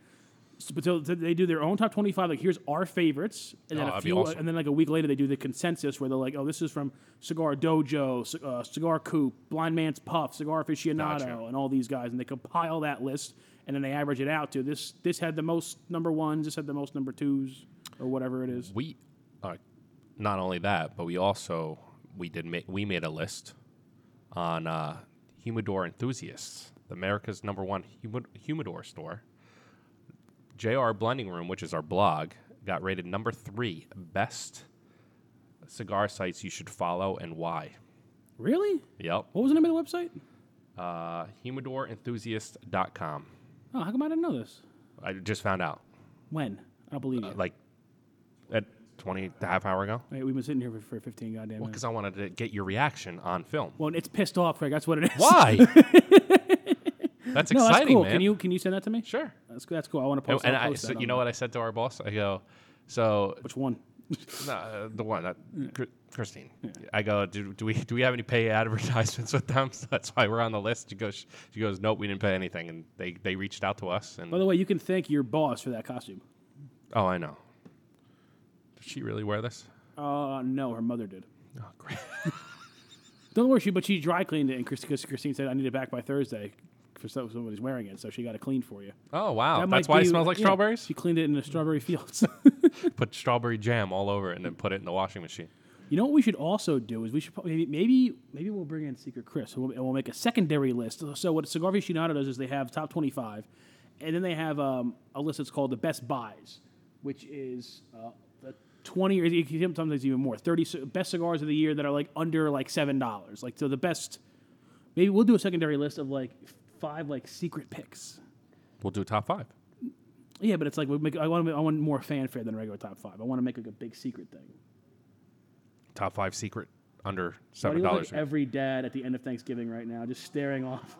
S5: So, but so they do their own top twenty-five. Like here's our favorites,
S2: Oh,
S5: and then a
S2: that'd be
S5: few,
S2: awesome.
S5: and then like a week later they do the consensus where they're like, oh, this is from Cigar Dojo, C- uh, Cigar Coop, Blind Man's Puff, Cigar Aficionado,
S2: Gotcha.
S5: and all these guys, and they compile that list and then they average it out to this. This had the most number ones. This had the most number twos, or whatever it is.
S2: We, uh, not only that, but we also we did ma- we made a list on uh, humidor enthusiasts, America's number one humid- humidor store. JR Blending Room, which is our blog, got rated number three best cigar sites you should follow and why.
S5: Really?
S2: Yep.
S5: What was the name of the website?
S2: Uh, humidorenthusiast.com.
S5: Oh, how come I didn't know this?
S2: I just found out,
S5: When? I don't believe you.
S2: Uh, like, at 20 a half hour ago.
S5: Hey, we've been sitting here for, for fifteen goddamn minutes.
S2: Because I wanted to get your reaction on film.
S5: Well, it's pissed off, Craig. That's what it is.
S2: Why? that's exciting,
S5: No, that's cool.
S2: man.
S5: Can you can you send that to me?
S2: Sure.
S5: That's that's cool. I want to
S2: And,
S5: post.
S2: and
S5: I'll
S2: I,
S5: post
S2: so
S5: that
S2: you
S5: on
S2: know
S5: there.
S2: what I said to our boss? I go, so
S5: Which one?
S2: no, uh, the one that Chr- Christine. I go, do, do we do we have any pay advertisements with them? So that's why we're on the list. She goes, she goes, nope, we didn't pay anything, and they they reached out to us. And
S5: By the way, you can thank your boss for that costume.
S2: oh, I know. Did she really wear this?
S5: Uh, no, her mother did.
S2: Oh, great.
S5: Don't worry, she but she dry cleaned it, and Christine, Christine said, "I need it back by Thursday." for so- somebody's wearing it, so she got it cleaned for you.
S2: Oh wow,
S5: That
S2: that's
S5: might
S2: why it
S5: be-
S2: smells like
S5: yeah,
S2: strawberries.
S5: She cleaned it in the strawberry fields.
S2: Put strawberry jam all over it and then put it in the washing machine.
S5: you know what we should also do is we should probably, maybe maybe maybe we'll bring in Secret Chris and we'll, and we'll make a secondary list. So what Cigar Aficionado does is they have top twenty five, and then they have um, a list that's called the best buys, which is uh, the twenty or it can- sometimes even more thirty c- best cigars of the year that are like under like seven dollars. Like so the best. Maybe we'll do a secondary list of like five like secret picks.
S2: We'll do top five.
S5: Yeah, but it's like we make, I want I want more fanfare than a regular top five. I want to make like a big secret thing.
S2: Top five secret under
S5: Why do
S2: seven
S5: you look
S2: dollars.
S5: like every dad at the end of Thanksgiving right now, just staring off,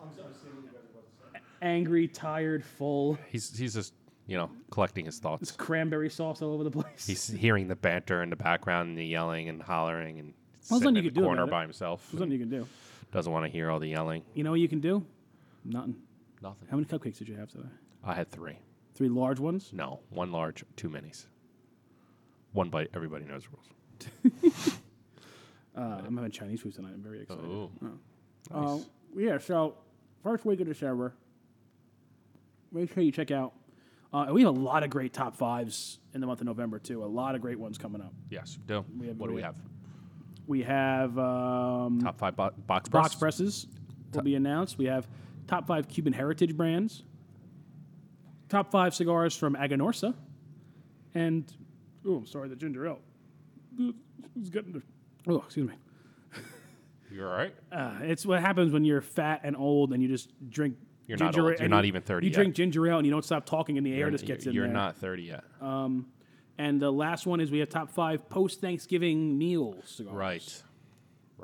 S5: angry, tired, full,
S2: he's he's just you know collecting his thoughts.
S5: cranberry sauce all over the place.
S2: He's hearing the banter in the background and the yelling and hollering and
S5: Well, there's
S2: sitting in
S5: nothing you
S2: the
S5: could do
S2: corner
S5: about it.
S2: by himself.
S5: There's nothing you can do.
S2: Doesn't want to hear all the yelling.
S5: You know what you can do? Nothing.
S2: Nothing.
S5: How many cupcakes did you have today?
S2: I had three.
S5: Three large ones.
S2: No, one large, two minis. One bite. Everybody knows the rules.
S5: Uh, I'm having Chinese food tonight. I'm very excited.
S2: Oh,
S5: Uh, yeah, so first week of December, make sure you check out. Uh, we have a lot of great top fives in the month of November too. A lot of great ones coming up.
S2: yes. Do.
S5: have-
S2: what do
S5: we
S2: we
S5: have-
S2: have?
S5: We have um,
S2: Top five bo- box press.
S5: box presses will be announced. We have top five Cuban heritage brands, top five cigars from Aganorsa, and oh, I'm sorry, the ginger ale. It's getting to, oh, excuse me.
S2: You're all right.
S5: Uh, it's what happens when you're fat and old and you just drink.
S2: You're not
S5: ginger
S2: old.
S5: ale-
S2: You're
S5: and
S2: not
S5: you-
S2: even 30
S5: You
S2: yet.
S5: drink ginger ale and you don't stop talking, and the air
S2: You're-
S5: just gets in
S2: You're
S5: there.
S2: not thirty yet.
S5: And the last one is we have top five post Thanksgiving meals. Cigars.
S2: right.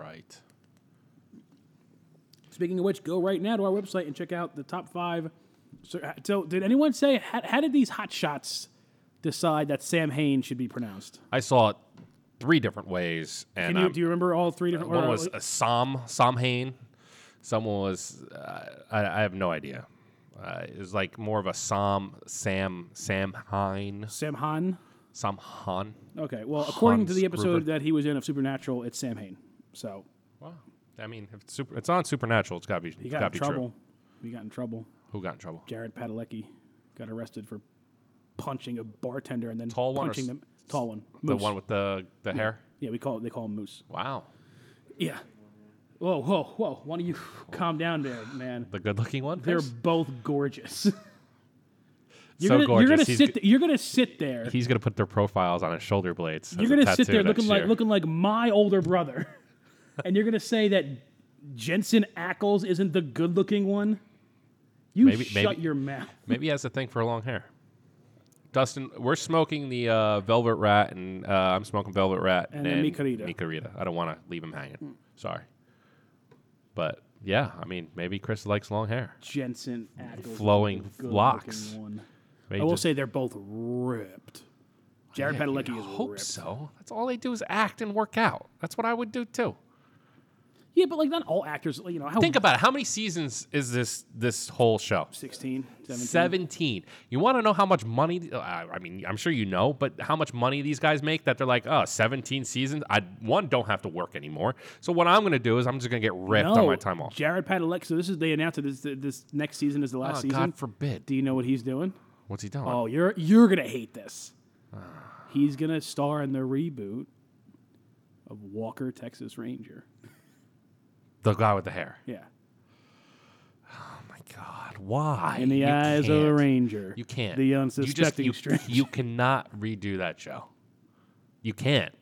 S2: Right.
S5: Speaking of which, go right now to our website and check out the top five. So, uh, so did anyone say how, how did these hot shots decide that Sam Hain should be pronounced?
S2: I saw it three different ways, and
S5: Can you,
S2: I'm-
S5: do you remember all three different?
S2: one
S5: or-
S2: was uh, a Sam Samhain. Someone was uh, I, I have no idea. Uh, it was like more of a Sam Sam Samhain
S5: Sam Han.
S2: Samhan.
S5: Okay, well, according to
S2: Hans
S5: the episode
S2: Gruber.
S5: that he was in of Supernatural, it's Sam Hain. So
S2: Wow. I mean, if it's super, it's on supernatural. It's got to be.
S5: he
S2: It's
S5: got
S2: got to
S5: in
S2: be
S5: trouble.
S2: true.
S5: He got in trouble.
S2: Who got in trouble?
S5: Jared Padalecki got arrested for punching a bartender and then
S2: Tall one or
S5: punching
S2: s-
S5: them. Tall one.
S2: The
S5: Moose.
S2: one with the the hair.
S5: yeah, we call it, they call him Moose.
S2: Wow.
S5: Yeah. Whoa, whoa, whoa! Why don't you calm down there, man?
S2: The good looking one.
S5: They're
S2: Chris?
S5: both gorgeous.
S2: so
S5: gonna,
S2: gorgeous.
S5: You're gonna
S2: he's,
S5: sit.
S2: go-
S5: th- you're gonna sit there.
S2: he's gonna put their profiles on his shoulder blades. as
S5: You're
S2: a
S5: gonna sit
S2: tattoo
S5: there
S2: next
S5: looking like
S2: year.
S5: looking like my older brother, and you're gonna say that Jensen Ackles isn't the good-looking one. You
S2: Maybe-
S5: shut
S2: maybe-
S5: your mouth.
S2: Maybe he has a thing for long hair. Dustin, we're smoking the uh, Velvet Rat, and uh, I'm smoking Velvet Rat
S5: And the Hmm. Micarita.
S2: Micarita. I don't want to leave him hanging. Sorry. But yeah, I mean, maybe Chris likes long hair.
S5: Jensen Ackles,
S2: Flowing
S5: is the good-looking
S2: locks.
S5: One.
S2: Maybe
S5: I will
S2: just-
S5: say they're both ripped. Jared
S2: Heck,
S5: Padalecki
S2: you'd
S5: is
S2: hope
S5: ripped.
S2: so. That's all they do is act and work out. That's what I would do too.
S5: Yeah, but like not all actors. like, You know how
S2: Think about it. How many seasons is this this whole show?
S5: 16, 17.
S2: 17. You want to know how much money, uh, I mean, I'm sure you know, but how much money these guys make that they're like, oh, 17 seasons? I, one, don't have to work anymore. So what I'm going to do is I'm just going to get ripped on my time off.
S5: Jared Padalecki. So this is they announced that this this next season is the last
S2: Oh,
S5: season.
S2: God forbid.
S5: Do you know what he's doing?
S2: What's he doing?
S5: Oh, you're you're gonna hate this. He's gonna star in the reboot of Walker Texas Ranger.
S2: The guy with the hair.
S5: Yeah,
S2: My God, why?
S5: in the
S2: You
S5: eyes of a
S2: can't.
S5: ranger.
S2: You can't.
S5: The
S2: you
S5: unsuspecting
S2: just, you,
S5: stranger.
S2: you cannot redo that show. You can't.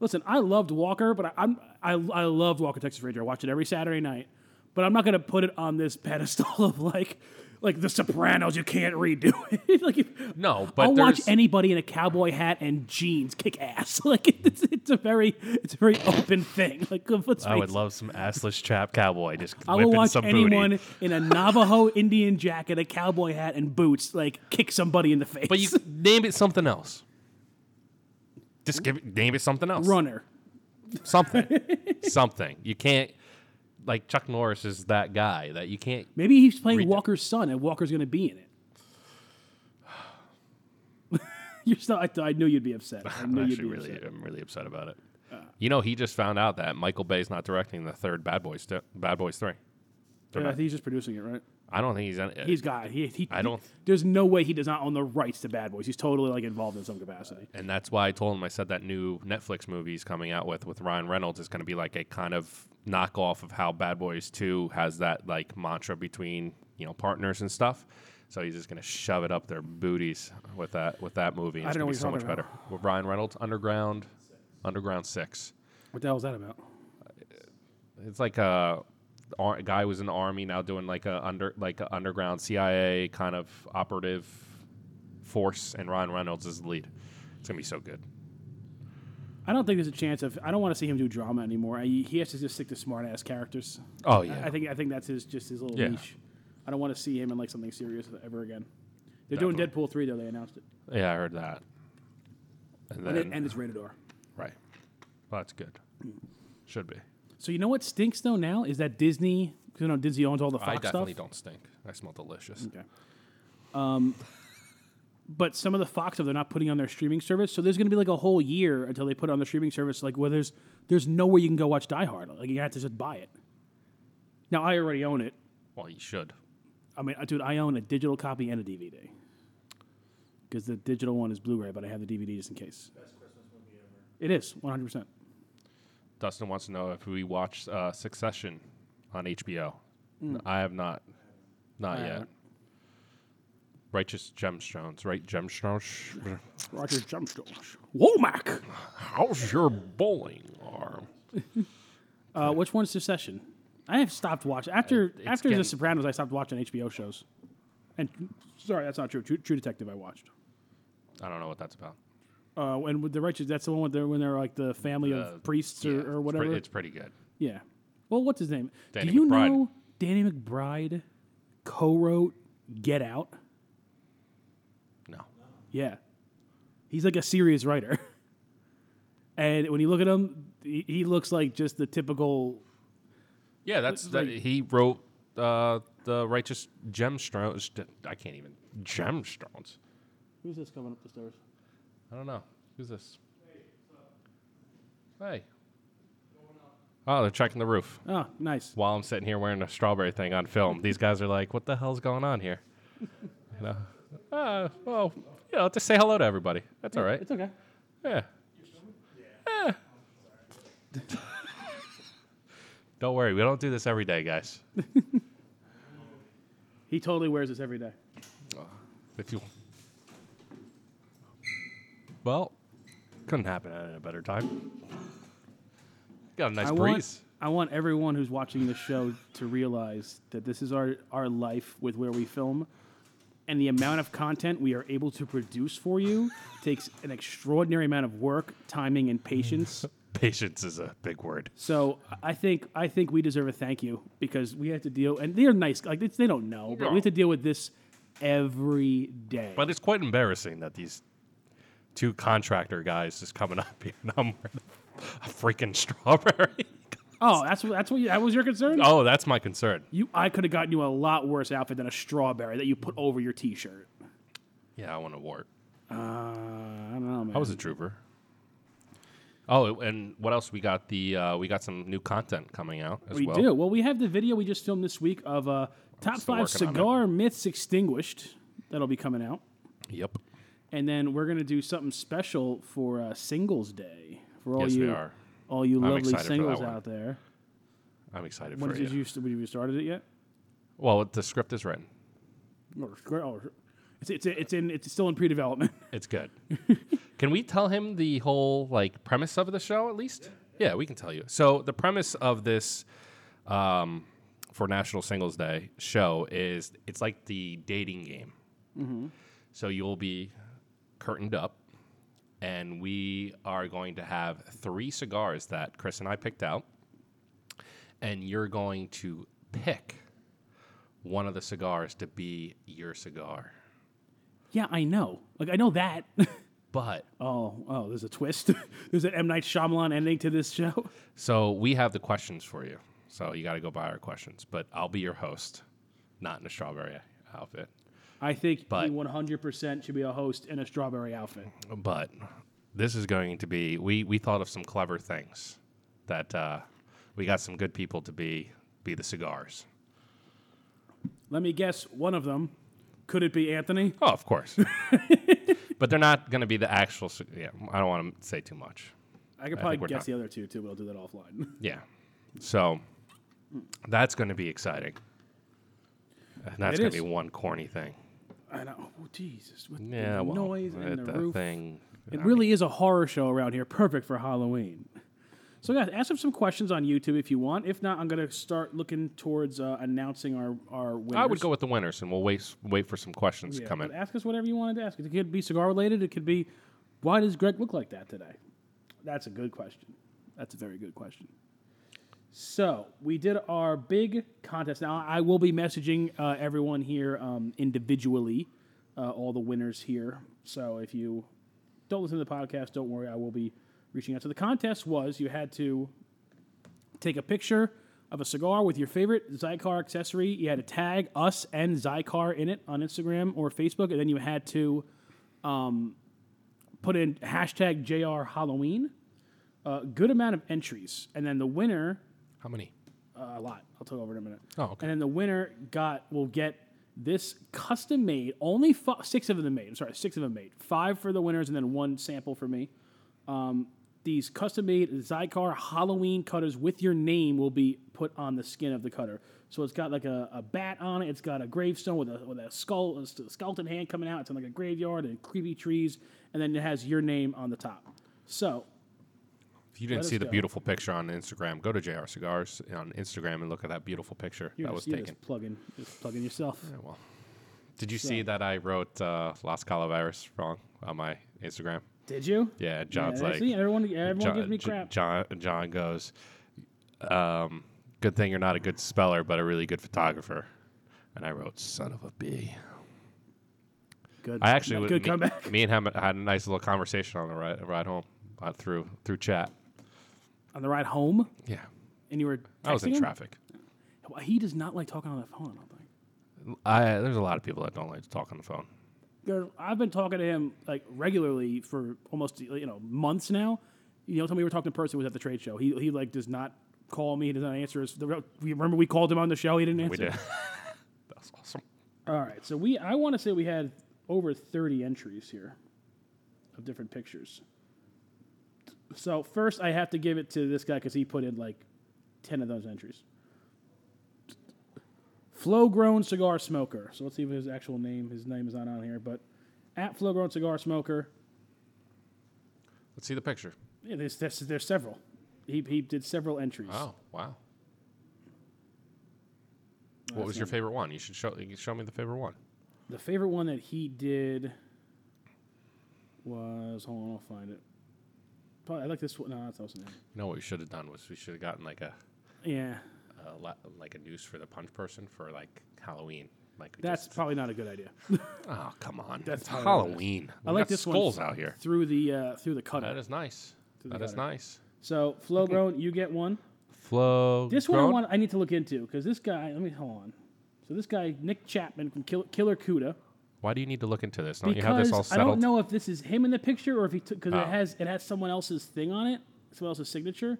S5: Listen, I loved Walker, but I, I'm I I loved Walker Texas Ranger. I watch it every Saturday night, but I'm not gonna put it on this pedestal of like. Like the Sopranos, you can't redo it. like, if-
S2: No, but
S5: I'll watch
S2: there's-
S5: anybody in a cowboy hat and jeans kick ass. Like it's, it's a very, it's a very open thing. Like let's
S2: I
S5: face
S2: would love some assless chap cowboy just
S5: I will
S2: whipping
S5: watch
S2: some
S5: anyone
S2: booty.
S5: in a Navajo Indian jacket, a cowboy hat, and boots like kick somebody in the face.
S2: But you name it something else. Just give it, name it something else.
S5: runner.
S2: something, something. You can't like Chuck Norris is that guy that you can't.
S5: Maybe he's playing
S2: Read it.
S5: Walker's son, and Walker's going to be in it. You're so, I, I knew you'd be upset. I
S2: I'm
S5: knew you'd be
S2: actually really,
S5: upset. Uh.
S2: I'm really upset about it. you know, he just found out that Michael Bay's not directing the third Bad Boys, Bad Boys Three.
S5: Yeah, I think he's just producing it, right?
S2: I don't think he's. On,
S5: He's got it. He, he,
S2: I don't-
S5: he- there's no way he does not own the rights to Bad Boys. He's totally like involved in some capacity.
S2: and that's why I told him I said that new Netflix movie he's coming out with with Ryan Reynolds is going to be like a kind of knockoff of how Bad Boys Two has that like mantra between you know partners and stuff. So he's just going to shove it up their booties with that with that movie.
S5: I
S2: It's
S5: don't know
S2: going to
S5: what
S2: be
S5: you're
S2: so much
S5: talking
S2: better with Ryan Reynolds Underground, Underground Six.
S5: What the hell is that about?
S2: It's like a, ar- a guy was in the army now doing like a under like a underground CIA kind of operative force, and Ryan Reynolds is the lead. It's going to be so good.
S5: I don't think there's a chance of. I don't want to see him do drama anymore. I, he has to just stick to smart ass characters.
S2: Oh
S5: I-
S2: yeah,
S5: I, think I think that's his just his little
S2: Yeah.
S5: niche. I don't want to see him in like something serious ever again. They're doing
S2: Definitely.
S5: Deadpool three though. They announced it,
S2: Yeah, I heard that. And then,
S5: and, it, and it's rated R.
S2: right, well, that's good. Should be.
S5: So you know what stinks though now is that Disney, because you know Disney owns all the Fox
S2: I definitely
S5: stuff.
S2: don't stink. I smell delicious.
S5: Okay. Um, but some of the Fox stuff they're not putting on their streaming service, so there's going to be like a whole year until they put it on the streaming service. Like where there's there's nowhere you can go watch Die Hard. Like you have to just buy it. Now I already own it.
S2: Well, you should.
S5: I mean, dude, I own a digital copy and a DVD. Because the digital one is Blu-ray, but I have the DVD just in case.
S6: Best Christmas movie
S5: It
S6: ever.
S5: is 100. percent
S2: Dustin wants to know if we watched uh, Succession on HBO.
S5: Mm.
S2: N- I have not, not
S5: I
S2: yet.
S5: haven't.
S2: Righteous Gemstones, right? Gemstones.
S5: Roger Jumpstone. Womack.
S2: How's your bowling arm?
S5: Uh, which one's Succession? I have stopped watching after
S2: it's
S5: after
S2: getting-
S5: The Sopranos. I stopped watching HBO shows. And sorry, that's not true. True, true Detective, I watched.
S2: I don't know what that's about.
S5: Uh, and with the righteous, that's the one with the, when they're like the family
S2: Uh,
S5: of priests
S2: yeah,
S5: or,
S2: it's pre-
S5: or whatever.
S2: it's pretty good.
S5: yeah. Well, what's his name?
S2: Danny
S5: Do you
S2: McBride.
S5: know Danny McBride co-wrote Get Out?
S2: No,
S5: Yeah. He's like a serious writer. And when you look at him, he, he looks like just the typical.
S2: Yeah, that's
S5: Like-
S2: that, he wrote uh, the righteous gemstones. I can't even gemstones.
S5: Who's this coming up the stairs?
S2: I don't know who's this. Hey. Oh, they're checking the roof
S5: Oh, nice.
S2: while I'm sitting here wearing a strawberry thing on film. These guys are like, "What the hell's going on here?" You know. Uh, well, you know, just say hello to everybody. That's all right.
S5: It's okay.
S2: Yeah. Eh. don't worry, we don't do this every day, guys.
S5: He totally wears this every day.
S2: If you. Well, couldn't happen at a better time. Got a nice
S5: I
S2: breeze.
S5: want, I want everyone who's watching this show to realize that this is our, our life with where we film. And the amount of content we are able to produce for you takes an extraordinary amount of work, timing, and patience.
S2: Patience is a big word.
S5: So I think I think we deserve a thank you because we have to deal, and they're nice. Like it's, they don't know, but we have to deal with this every day.
S2: But it's quite embarrassing that these two contractor guys just coming up here and I'm wearing a freaking strawberry.
S5: oh, that's what that's what you, that was your concern.
S2: oh, that's my concern.
S5: You, I could have gotten you a lot worse outfit than a strawberry that you put over your T-shirt.
S2: Yeah, I want to wart.
S5: Uh, I don't know, man.
S2: I was a trooper. Oh, and what else? We got the uh, we got some new content coming out as
S5: we
S2: well.
S5: do well. We have the video we just filmed this week of uh, top
S2: still
S5: five
S2: working on it.
S5: cigar myths extinguished. That'll be coming out,
S2: Yep.
S5: and then we're gonna do something special for uh, Singles Day for all
S2: Yes,
S5: you
S2: we are.
S5: all you lovely
S2: excited for that
S5: singles
S2: one.
S5: out there.
S2: I'm excited
S5: When
S2: for
S5: did
S2: you.
S5: you, st- have you started it yet? Oh,
S2: Well, the script is written.
S5: Or, or- it's, it's, it's in it's still in pre-development.
S2: It's good. can we tell him the whole like premise of the show at least? Yeah, we can tell you. So the premise of this um, for National Singles Day show is it's like the dating game.
S5: Mm-hmm.
S2: So you'll be curtained up, and we are going to have three cigars that Chris and I picked out, and you're going to pick one of the cigars to be your cigar.
S5: yeah, I know. Like I know that.
S2: But
S5: oh, oh, there's a twist. there's an M Night Shyamalan ending to this show.
S2: So we have the questions for you. So you got to go buy our questions. But I'll be your host, not in a strawberry outfit.
S5: I think
S2: But-
S5: he 100% should be a host in a strawberry outfit.
S2: But this is going to be we we thought of some clever things that uh, we got some good people to be be the cigars.
S5: Let me guess one of them. Could it be Anthony?
S2: Oh, of course. but they're not going to be the actual. s- Yeah, I don't want to say too much.
S5: I could
S2: we're
S5: probably guess
S2: done.
S5: the other two too, but I'll do that offline.
S2: Yeah. So
S5: Mm.
S2: that's going to be exciting. And that's
S5: It
S2: going to be
S5: is.
S2: one corny thing.
S5: I know. Oh, Jesus. With
S2: Yeah,
S5: the
S2: well,
S5: noise
S2: uh,
S5: and the
S2: that
S5: roof.
S2: thing.
S5: It really is a horror show around here, perfect for Halloween. So, guys, ask them some questions on YouTube if you want. If not, I'm going to start looking towards uh, announcing our our winners.
S2: I would go with the winners, and we'll wait wait for some questions
S5: Yeah,
S2: to come
S5: but
S2: in.
S5: Ask us whatever you wanted to ask. It could be cigar related. It could be, why does Greg look like that today? That's a good question. That's a very good question. So we did our big contest. Now I will be messaging uh, everyone here um, individually, uh, all the winners here. So if you don't listen to the podcast, don't worry. I will be reaching out. So the contest was you had to take a picture of a cigar with your favorite Zycar accessory. You had to tag us and Zycar in it on Instagram or Facebook, and then you had to um, put in hashtag JR Halloween. Uh, good amount of entries, and then the winner
S2: How many?
S5: uh, a lot. I'll talk over it in a minute.
S2: Oh, okay.
S5: And then the winner got will get this custom made. Only fi- six of them made. I'm sorry, six of them made. Five for the winners, and then one sample for me. Um, these custom made Zycar Halloween cutters with your name will be put on the skin of the cutter. So it's got like a, a bat on it. It's got a gravestone with a with a skull a s- skeleton hand coming out. It's in like a graveyard and creepy trees, and then it has your name on the top. So
S2: If you didn't
S5: us
S2: see the
S5: go.
S2: beautiful picture on Instagram, go to JR Cigars on Instagram and look at that beautiful picture
S5: you're
S2: that was
S5: just, you're
S2: taken.
S5: just plugging just plugging yourself.
S2: Did you see that I wrote uh, Las Calaveras wrong on my Instagram?
S5: Did you?
S2: Yeah, John's
S5: Yeah,
S2: like
S5: see, everyone, everyone
S2: John,
S5: gives me
S2: J-
S5: crap.
S2: John, John goes, um, "Good thing you're not a good speller, but a really good photographer." And I wrote, "Son of a b."
S5: good,
S2: I actually was,
S5: good
S2: me,
S5: comeback.
S2: me and him had a nice little conversation on the ride, ride home uh, through through chat.
S5: On the ride home,
S2: Yeah,
S5: and you were.
S2: I was in
S5: texting him?
S2: traffic.
S5: Well, He does not like talking on the phone. I don't think.
S2: I there's a lot of people that don't like to talk on the phone.
S5: There- I've been talking to him like regularly for almost you know months now. You know, tell me we were talking in person. was at the trade show. He he like does not call me. He does not answer us. The real- We remember we called him on the show. He didn't answer.
S2: We did. That's awesome.
S5: All right, so we I want to say we had over 30 entries here of different pictures. So first I have to give it to this guy cuz he put in like 10 of those entries. Flow Grown Cigar Smoker. So let's see if his actual name his name is not on here, but at Flow Grown Cigar Smoker.
S2: Let's see the picture.
S5: Yeah, there's, there's there's several. He he did several entries.
S2: Oh wow. What was your favorite one? You should show you show me the favorite one.
S5: The favorite one that he did was hold on, I'll find it. Probably I like this one. No, that's also name.
S2: You know what we should have done was we should have gotten like a,
S5: Yeah,
S2: a la- like a noose for the punch person for like Halloween. Like we
S5: that's
S2: just-
S5: probably not a good idea.
S2: oh come on.
S5: that's
S2: That's
S5: probably what it is.
S2: Halloween.
S5: I like this one
S2: skulls out here.
S5: through the uh, through the
S2: That
S5: cutter.
S2: is nice.
S5: the
S2: That is
S5: gutter.
S2: nice.
S5: So flow grown, you get one.
S2: Flow.
S5: This one I want I need to look into because this guy. Let me hold on. So this guy Nick Chapman from Kill, Killer Cuda.
S2: Why do you need to look into this? Don't you have this all
S5: Because I
S2: settled?
S5: don't know if this is him in the picture or if he took because
S2: Oh.
S5: it has it has someone else's thing on it, someone else's signature.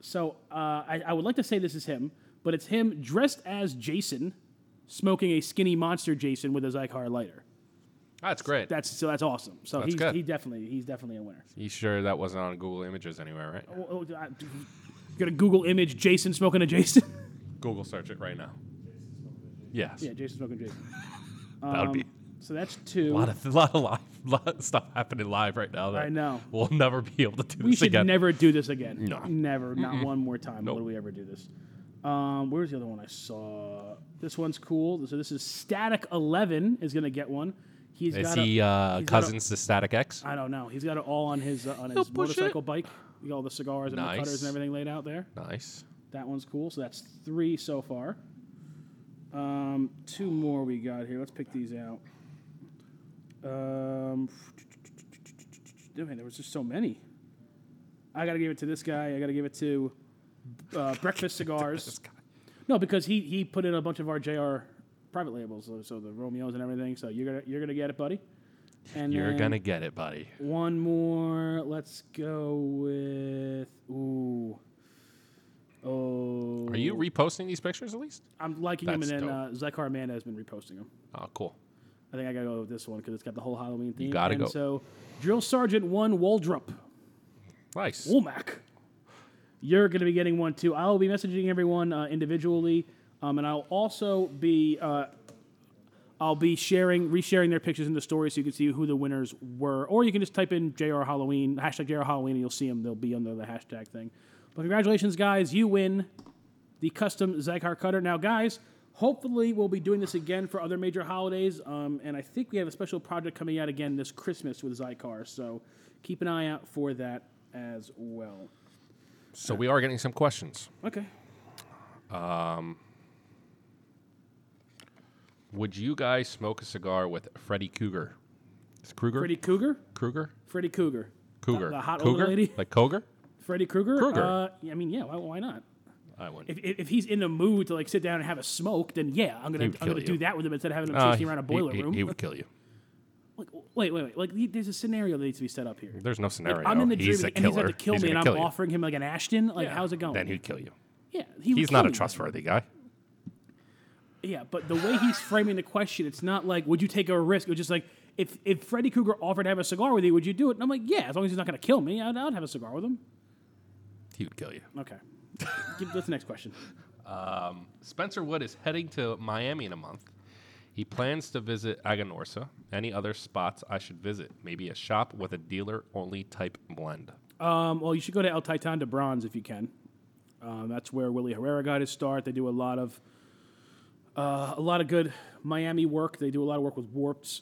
S5: So uh, I, I would like to say this is him, but it's him dressed as Jason, smoking a skinny monster Jason with a Zycar lighter.
S2: That's great.
S5: That's so that's awesome. So
S2: That's
S5: he's
S2: good.
S5: he definitely he's definitely a winner.
S2: you sure that wasn't on Google Images anywhere, right?
S5: Oh, oh, I- d- you got a Google image Jason smoking a Jason.
S2: Google search it right now. Yes.
S5: yeah, Jason smoking Jason.
S2: that would be
S5: So that's two.
S2: a lot of, lot of live lot of stuff happening live right now. That
S5: I know.
S2: We'll never be able to do
S5: we
S2: this
S5: should
S2: again.
S5: never do this again.
S2: No.
S5: never, not one more time.
S2: Nope.
S5: Would we ever do this? Um, where's the other one I saw? This one's cool. So this is Static Eleven is gonna get one. He's
S2: Is
S5: got a-
S2: he uh,
S5: he's got a-
S2: cousins to Static X?
S5: I don't know. He's got it all on his uh, on
S2: He'll
S5: his
S2: push it.
S5: motorcycle bike. You got all the cigars and
S2: Nice.
S5: the cutters and everything laid out there.
S2: Nice.
S5: That one's cool. So that's three so far. Um, two more we got here. Let's pick these out. Um, man, there was just so many. I gotta give it to this guy. I gotta give it to uh, Breakfast Cigars. No, because he he put in a bunch of our JR private labels, so, so the Romeos and everything. So you're gonna you're gonna get it, buddy. And
S2: You're
S5: then-
S2: gonna get it, buddy.
S5: one more. Let's go with ooh. Oh,
S2: Are you reposting these pictures at least?
S5: I'm liking them, and
S2: That's
S5: then
S2: dope.
S5: uh, Zekar Manda has been reposting them.
S2: Oh, cool.
S5: I think I gotta go with this one because it's got the whole Halloween theme.
S2: gotta
S5: and
S2: go.
S5: So, Drill Sergeant One Waldrop
S2: Nice.
S5: Womack. You're going to be getting one too. I'll be messaging everyone uh, individually, um, and I'll also be uh, I'll be sharing resharing their pictures in the story so you can see who the winners were, or you can just type in JR Halloween hashtag JR Halloween and you'll see them. They'll be under the hashtag thing. But congratulations, guys! You win the custom Zygar cutter. Now, guys, hopefully we'll be doing this again for other major holidays, um, and I think we have a special project coming out again this Christmas with Zycar. So keep an eye out for that as well.
S2: So we are getting some questions.
S5: Okay.
S2: Would you guys smoke a cigar with Freddy Cougar? It's Krueger?
S5: Freddy Cougar?
S2: Krueger?
S5: Freddy Cougar.
S2: Cougar.
S5: The, the hot
S2: Cougar?
S5: older lady?
S2: Like Koger?
S5: Freddy Krueger?
S2: Krueger.
S5: Uh, yeah, I mean, yeah, why, why not?
S2: I wouldn't.
S5: If, if, if he's in the mood to like sit down and have a smoke, then yeah, I'm
S2: He
S5: gonna I'm
S2: would kill
S5: gonna do
S2: you.
S5: that with him instead of having him
S2: Uh,
S5: chasing around a
S2: he-
S5: boiler
S2: he,
S5: room.
S2: He would kill you.
S5: like, wait, wait, wait! Like, he- there's a scenario that needs to be set up here.
S2: There's no scenario.
S5: I'm in the dream,
S2: he's a
S5: and
S2: killer.
S5: he's about to kill me,
S2: gonna
S5: and I'm
S2: kill you.
S5: offering him like an Ashton. Like, how's it going?
S2: Then he'd kill you.
S5: yeah, he would
S2: He's
S5: kill
S2: not a
S5: me.
S2: trustworthy guy.
S5: Yeah, but the way he's framing the question, it's not like, would you take a risk? It was just like, if if Freddy Krueger offered to have a cigar with you, would you do it? And I'm like, yeah, as long as he's not going to kill me, I'd, I'd have a cigar with him.
S2: He would kill you.
S5: Okay. Give, that's the next question.
S2: Spencer Wood is heading to Miami in a month. He plans to visit Aganorsa. Any other spots I should visit? Maybe a shop with a dealer only type blend.
S5: Um, well, you should go to El Titan de Bronze if you can. Um, that's where Willie Herrera got his start. They do a lot of uh, a lot of good Miami work. They do a lot of work with Warps.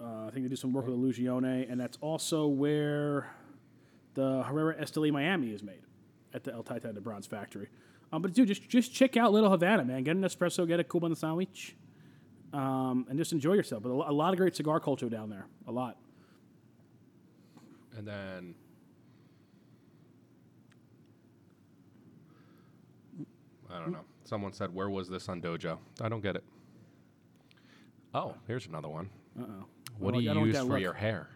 S5: Uh, I think they do some work with Illusione, and that's also where the Herrera Esteli Miami is made at the El Titan de Bronze factory. Um, but dude, just just check out Little Havana, man. Get an espresso, get a Cuban sandwich, um, and just enjoy yourself. But a, lo- a lot of great cigar culture down there. A lot.
S2: And then. I don't know. Someone said, Where was this on Dojo? I don't get it. Oh, here's another one. Uh oh. What
S5: I
S2: do
S5: don't
S2: you
S5: like
S2: use
S5: that
S2: for
S5: look.
S2: your hair?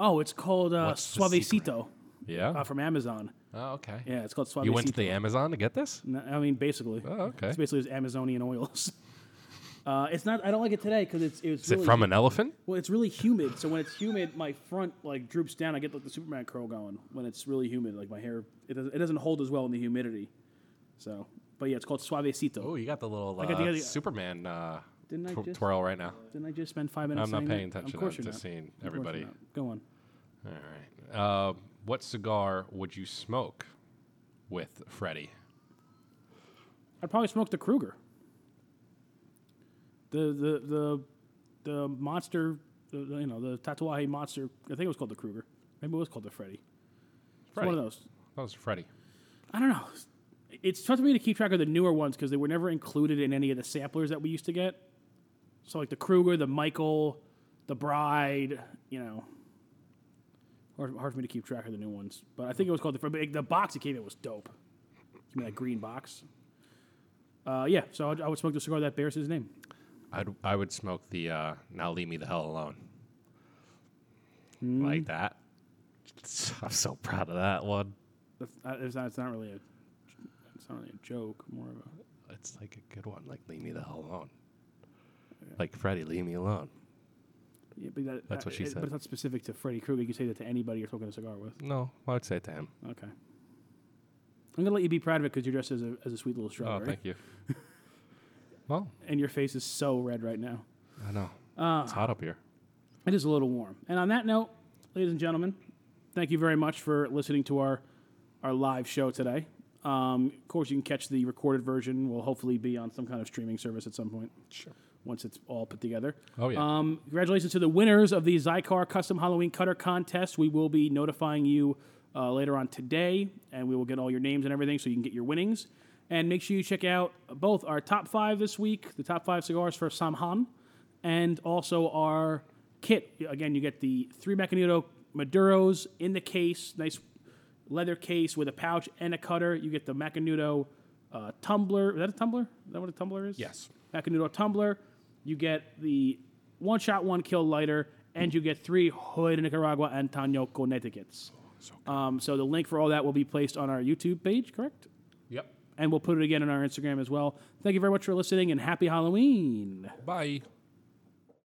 S5: Oh, it's called uh,
S2: What's the secret?
S5: Suavecito
S2: Yeah.
S5: uh, from Amazon.
S2: oh, okay.
S5: Yeah, it's called Suavecito.
S2: You went to the Amazon to get this?
S5: No, I mean, basically.
S2: Oh, okay.
S5: It's basically just Amazonian oils. Uh, it's not. I don't like it today because it's it's
S2: Is it
S5: really
S2: from an elephant?
S5: well, it's really humid. So when it's humid, my front like droops down. I get like the Superman curl going when it's really humid. Like my hair, it doesn't, it doesn't hold as well in the humidity. So, but yeah, it's called Suavecito.
S2: Oh, you got the little
S5: got the
S2: uh,
S5: other-
S2: Superman uh,
S5: Didn't I
S2: tw-
S5: just-
S2: twirl right now.
S5: Didn't I just spend five minutes?
S2: I'm not
S5: saying
S2: paying
S5: that?
S2: attention
S5: Of course
S2: to-
S5: you're
S2: to
S5: not.
S2: seeing
S5: Of course
S2: everybody.
S5: you're not. Go on.
S2: All right. Uh, what cigar would you smoke with Freddy?
S5: I'd probably smoke the Kruger. The the the the monster, the, the, you know, the Tatuaje monster. I think it was called the Kruger. Maybe it was called the Freddy. It's
S2: Freddy.
S5: one of those.
S2: That was Freddy.
S5: I don't know. It's tough for me to keep track of the newer ones because they were never included in any of the samplers that we used to get. So like the Kruger, the Michael, the Bride, you know. Hard, hard for me to keep track of the new ones, but I think it was called the Freddy. The box it came in was dope. I mean, that green box. Uh, yeah, so I, I would smoke the cigar that bears his name.
S2: I'd, I would smoke the uh, Now Leave Me the Hell Alone.
S5: Hmm.
S2: Like that. I'm so proud of that one.
S5: That's, uh, it's, not, it's not really a, it's not really a joke. More of a
S2: It's like a good one. Like, leave me the hell alone. Like, Freddy, leave me alone.
S5: yeah, but that, uh,
S2: That's what she
S5: it-
S2: said.
S5: But it's not specific to Freddy Krueger. You can say that to anybody you're smoking a cigar with.
S2: No, I would say it to him.
S5: Okay. I'm gonna let you be proud of it because you're dressed as a, as a sweet little
S2: Oh,
S5: strawberry,
S2: thank you. well,
S5: and your face is so red right now.
S2: I know. it's hot up here.
S5: It is a little warm. And on that note, ladies and gentlemen, thank you very much for listening to our our live show today. Um, of course, you can catch the recorded version. Will hopefully be on some kind of streaming service at some point. Sure. Once it's all put together.
S2: Oh, yeah.
S5: Um, congratulations to the winners of the Zycar Custom Halloween Cutter Contest. We will be notifying you uh, later on today, and we will get all your names and everything so you can get your winnings. And make sure you check out both our top five this week, the top five cigars for Samhan, and also our kit. Again, you get the three Macanudo Maduros in the case, nice leather case with a pouch and a cutter. You get the Macanudo uh, tumbler. Is that a tumbler? Is that what a tumbler is?
S2: Yes.
S5: Macanudo tumbler. You get the one shot, one kill lighter, and you get three Hoy de Nicaragua and Taño Connecticut's. Um, so the link for all that will be placed on our YouTube page, correct?
S2: Yep.
S5: and we'll put it again on our Instagram as well. Thank you very much for listening, and happy Halloween.
S1: Bye.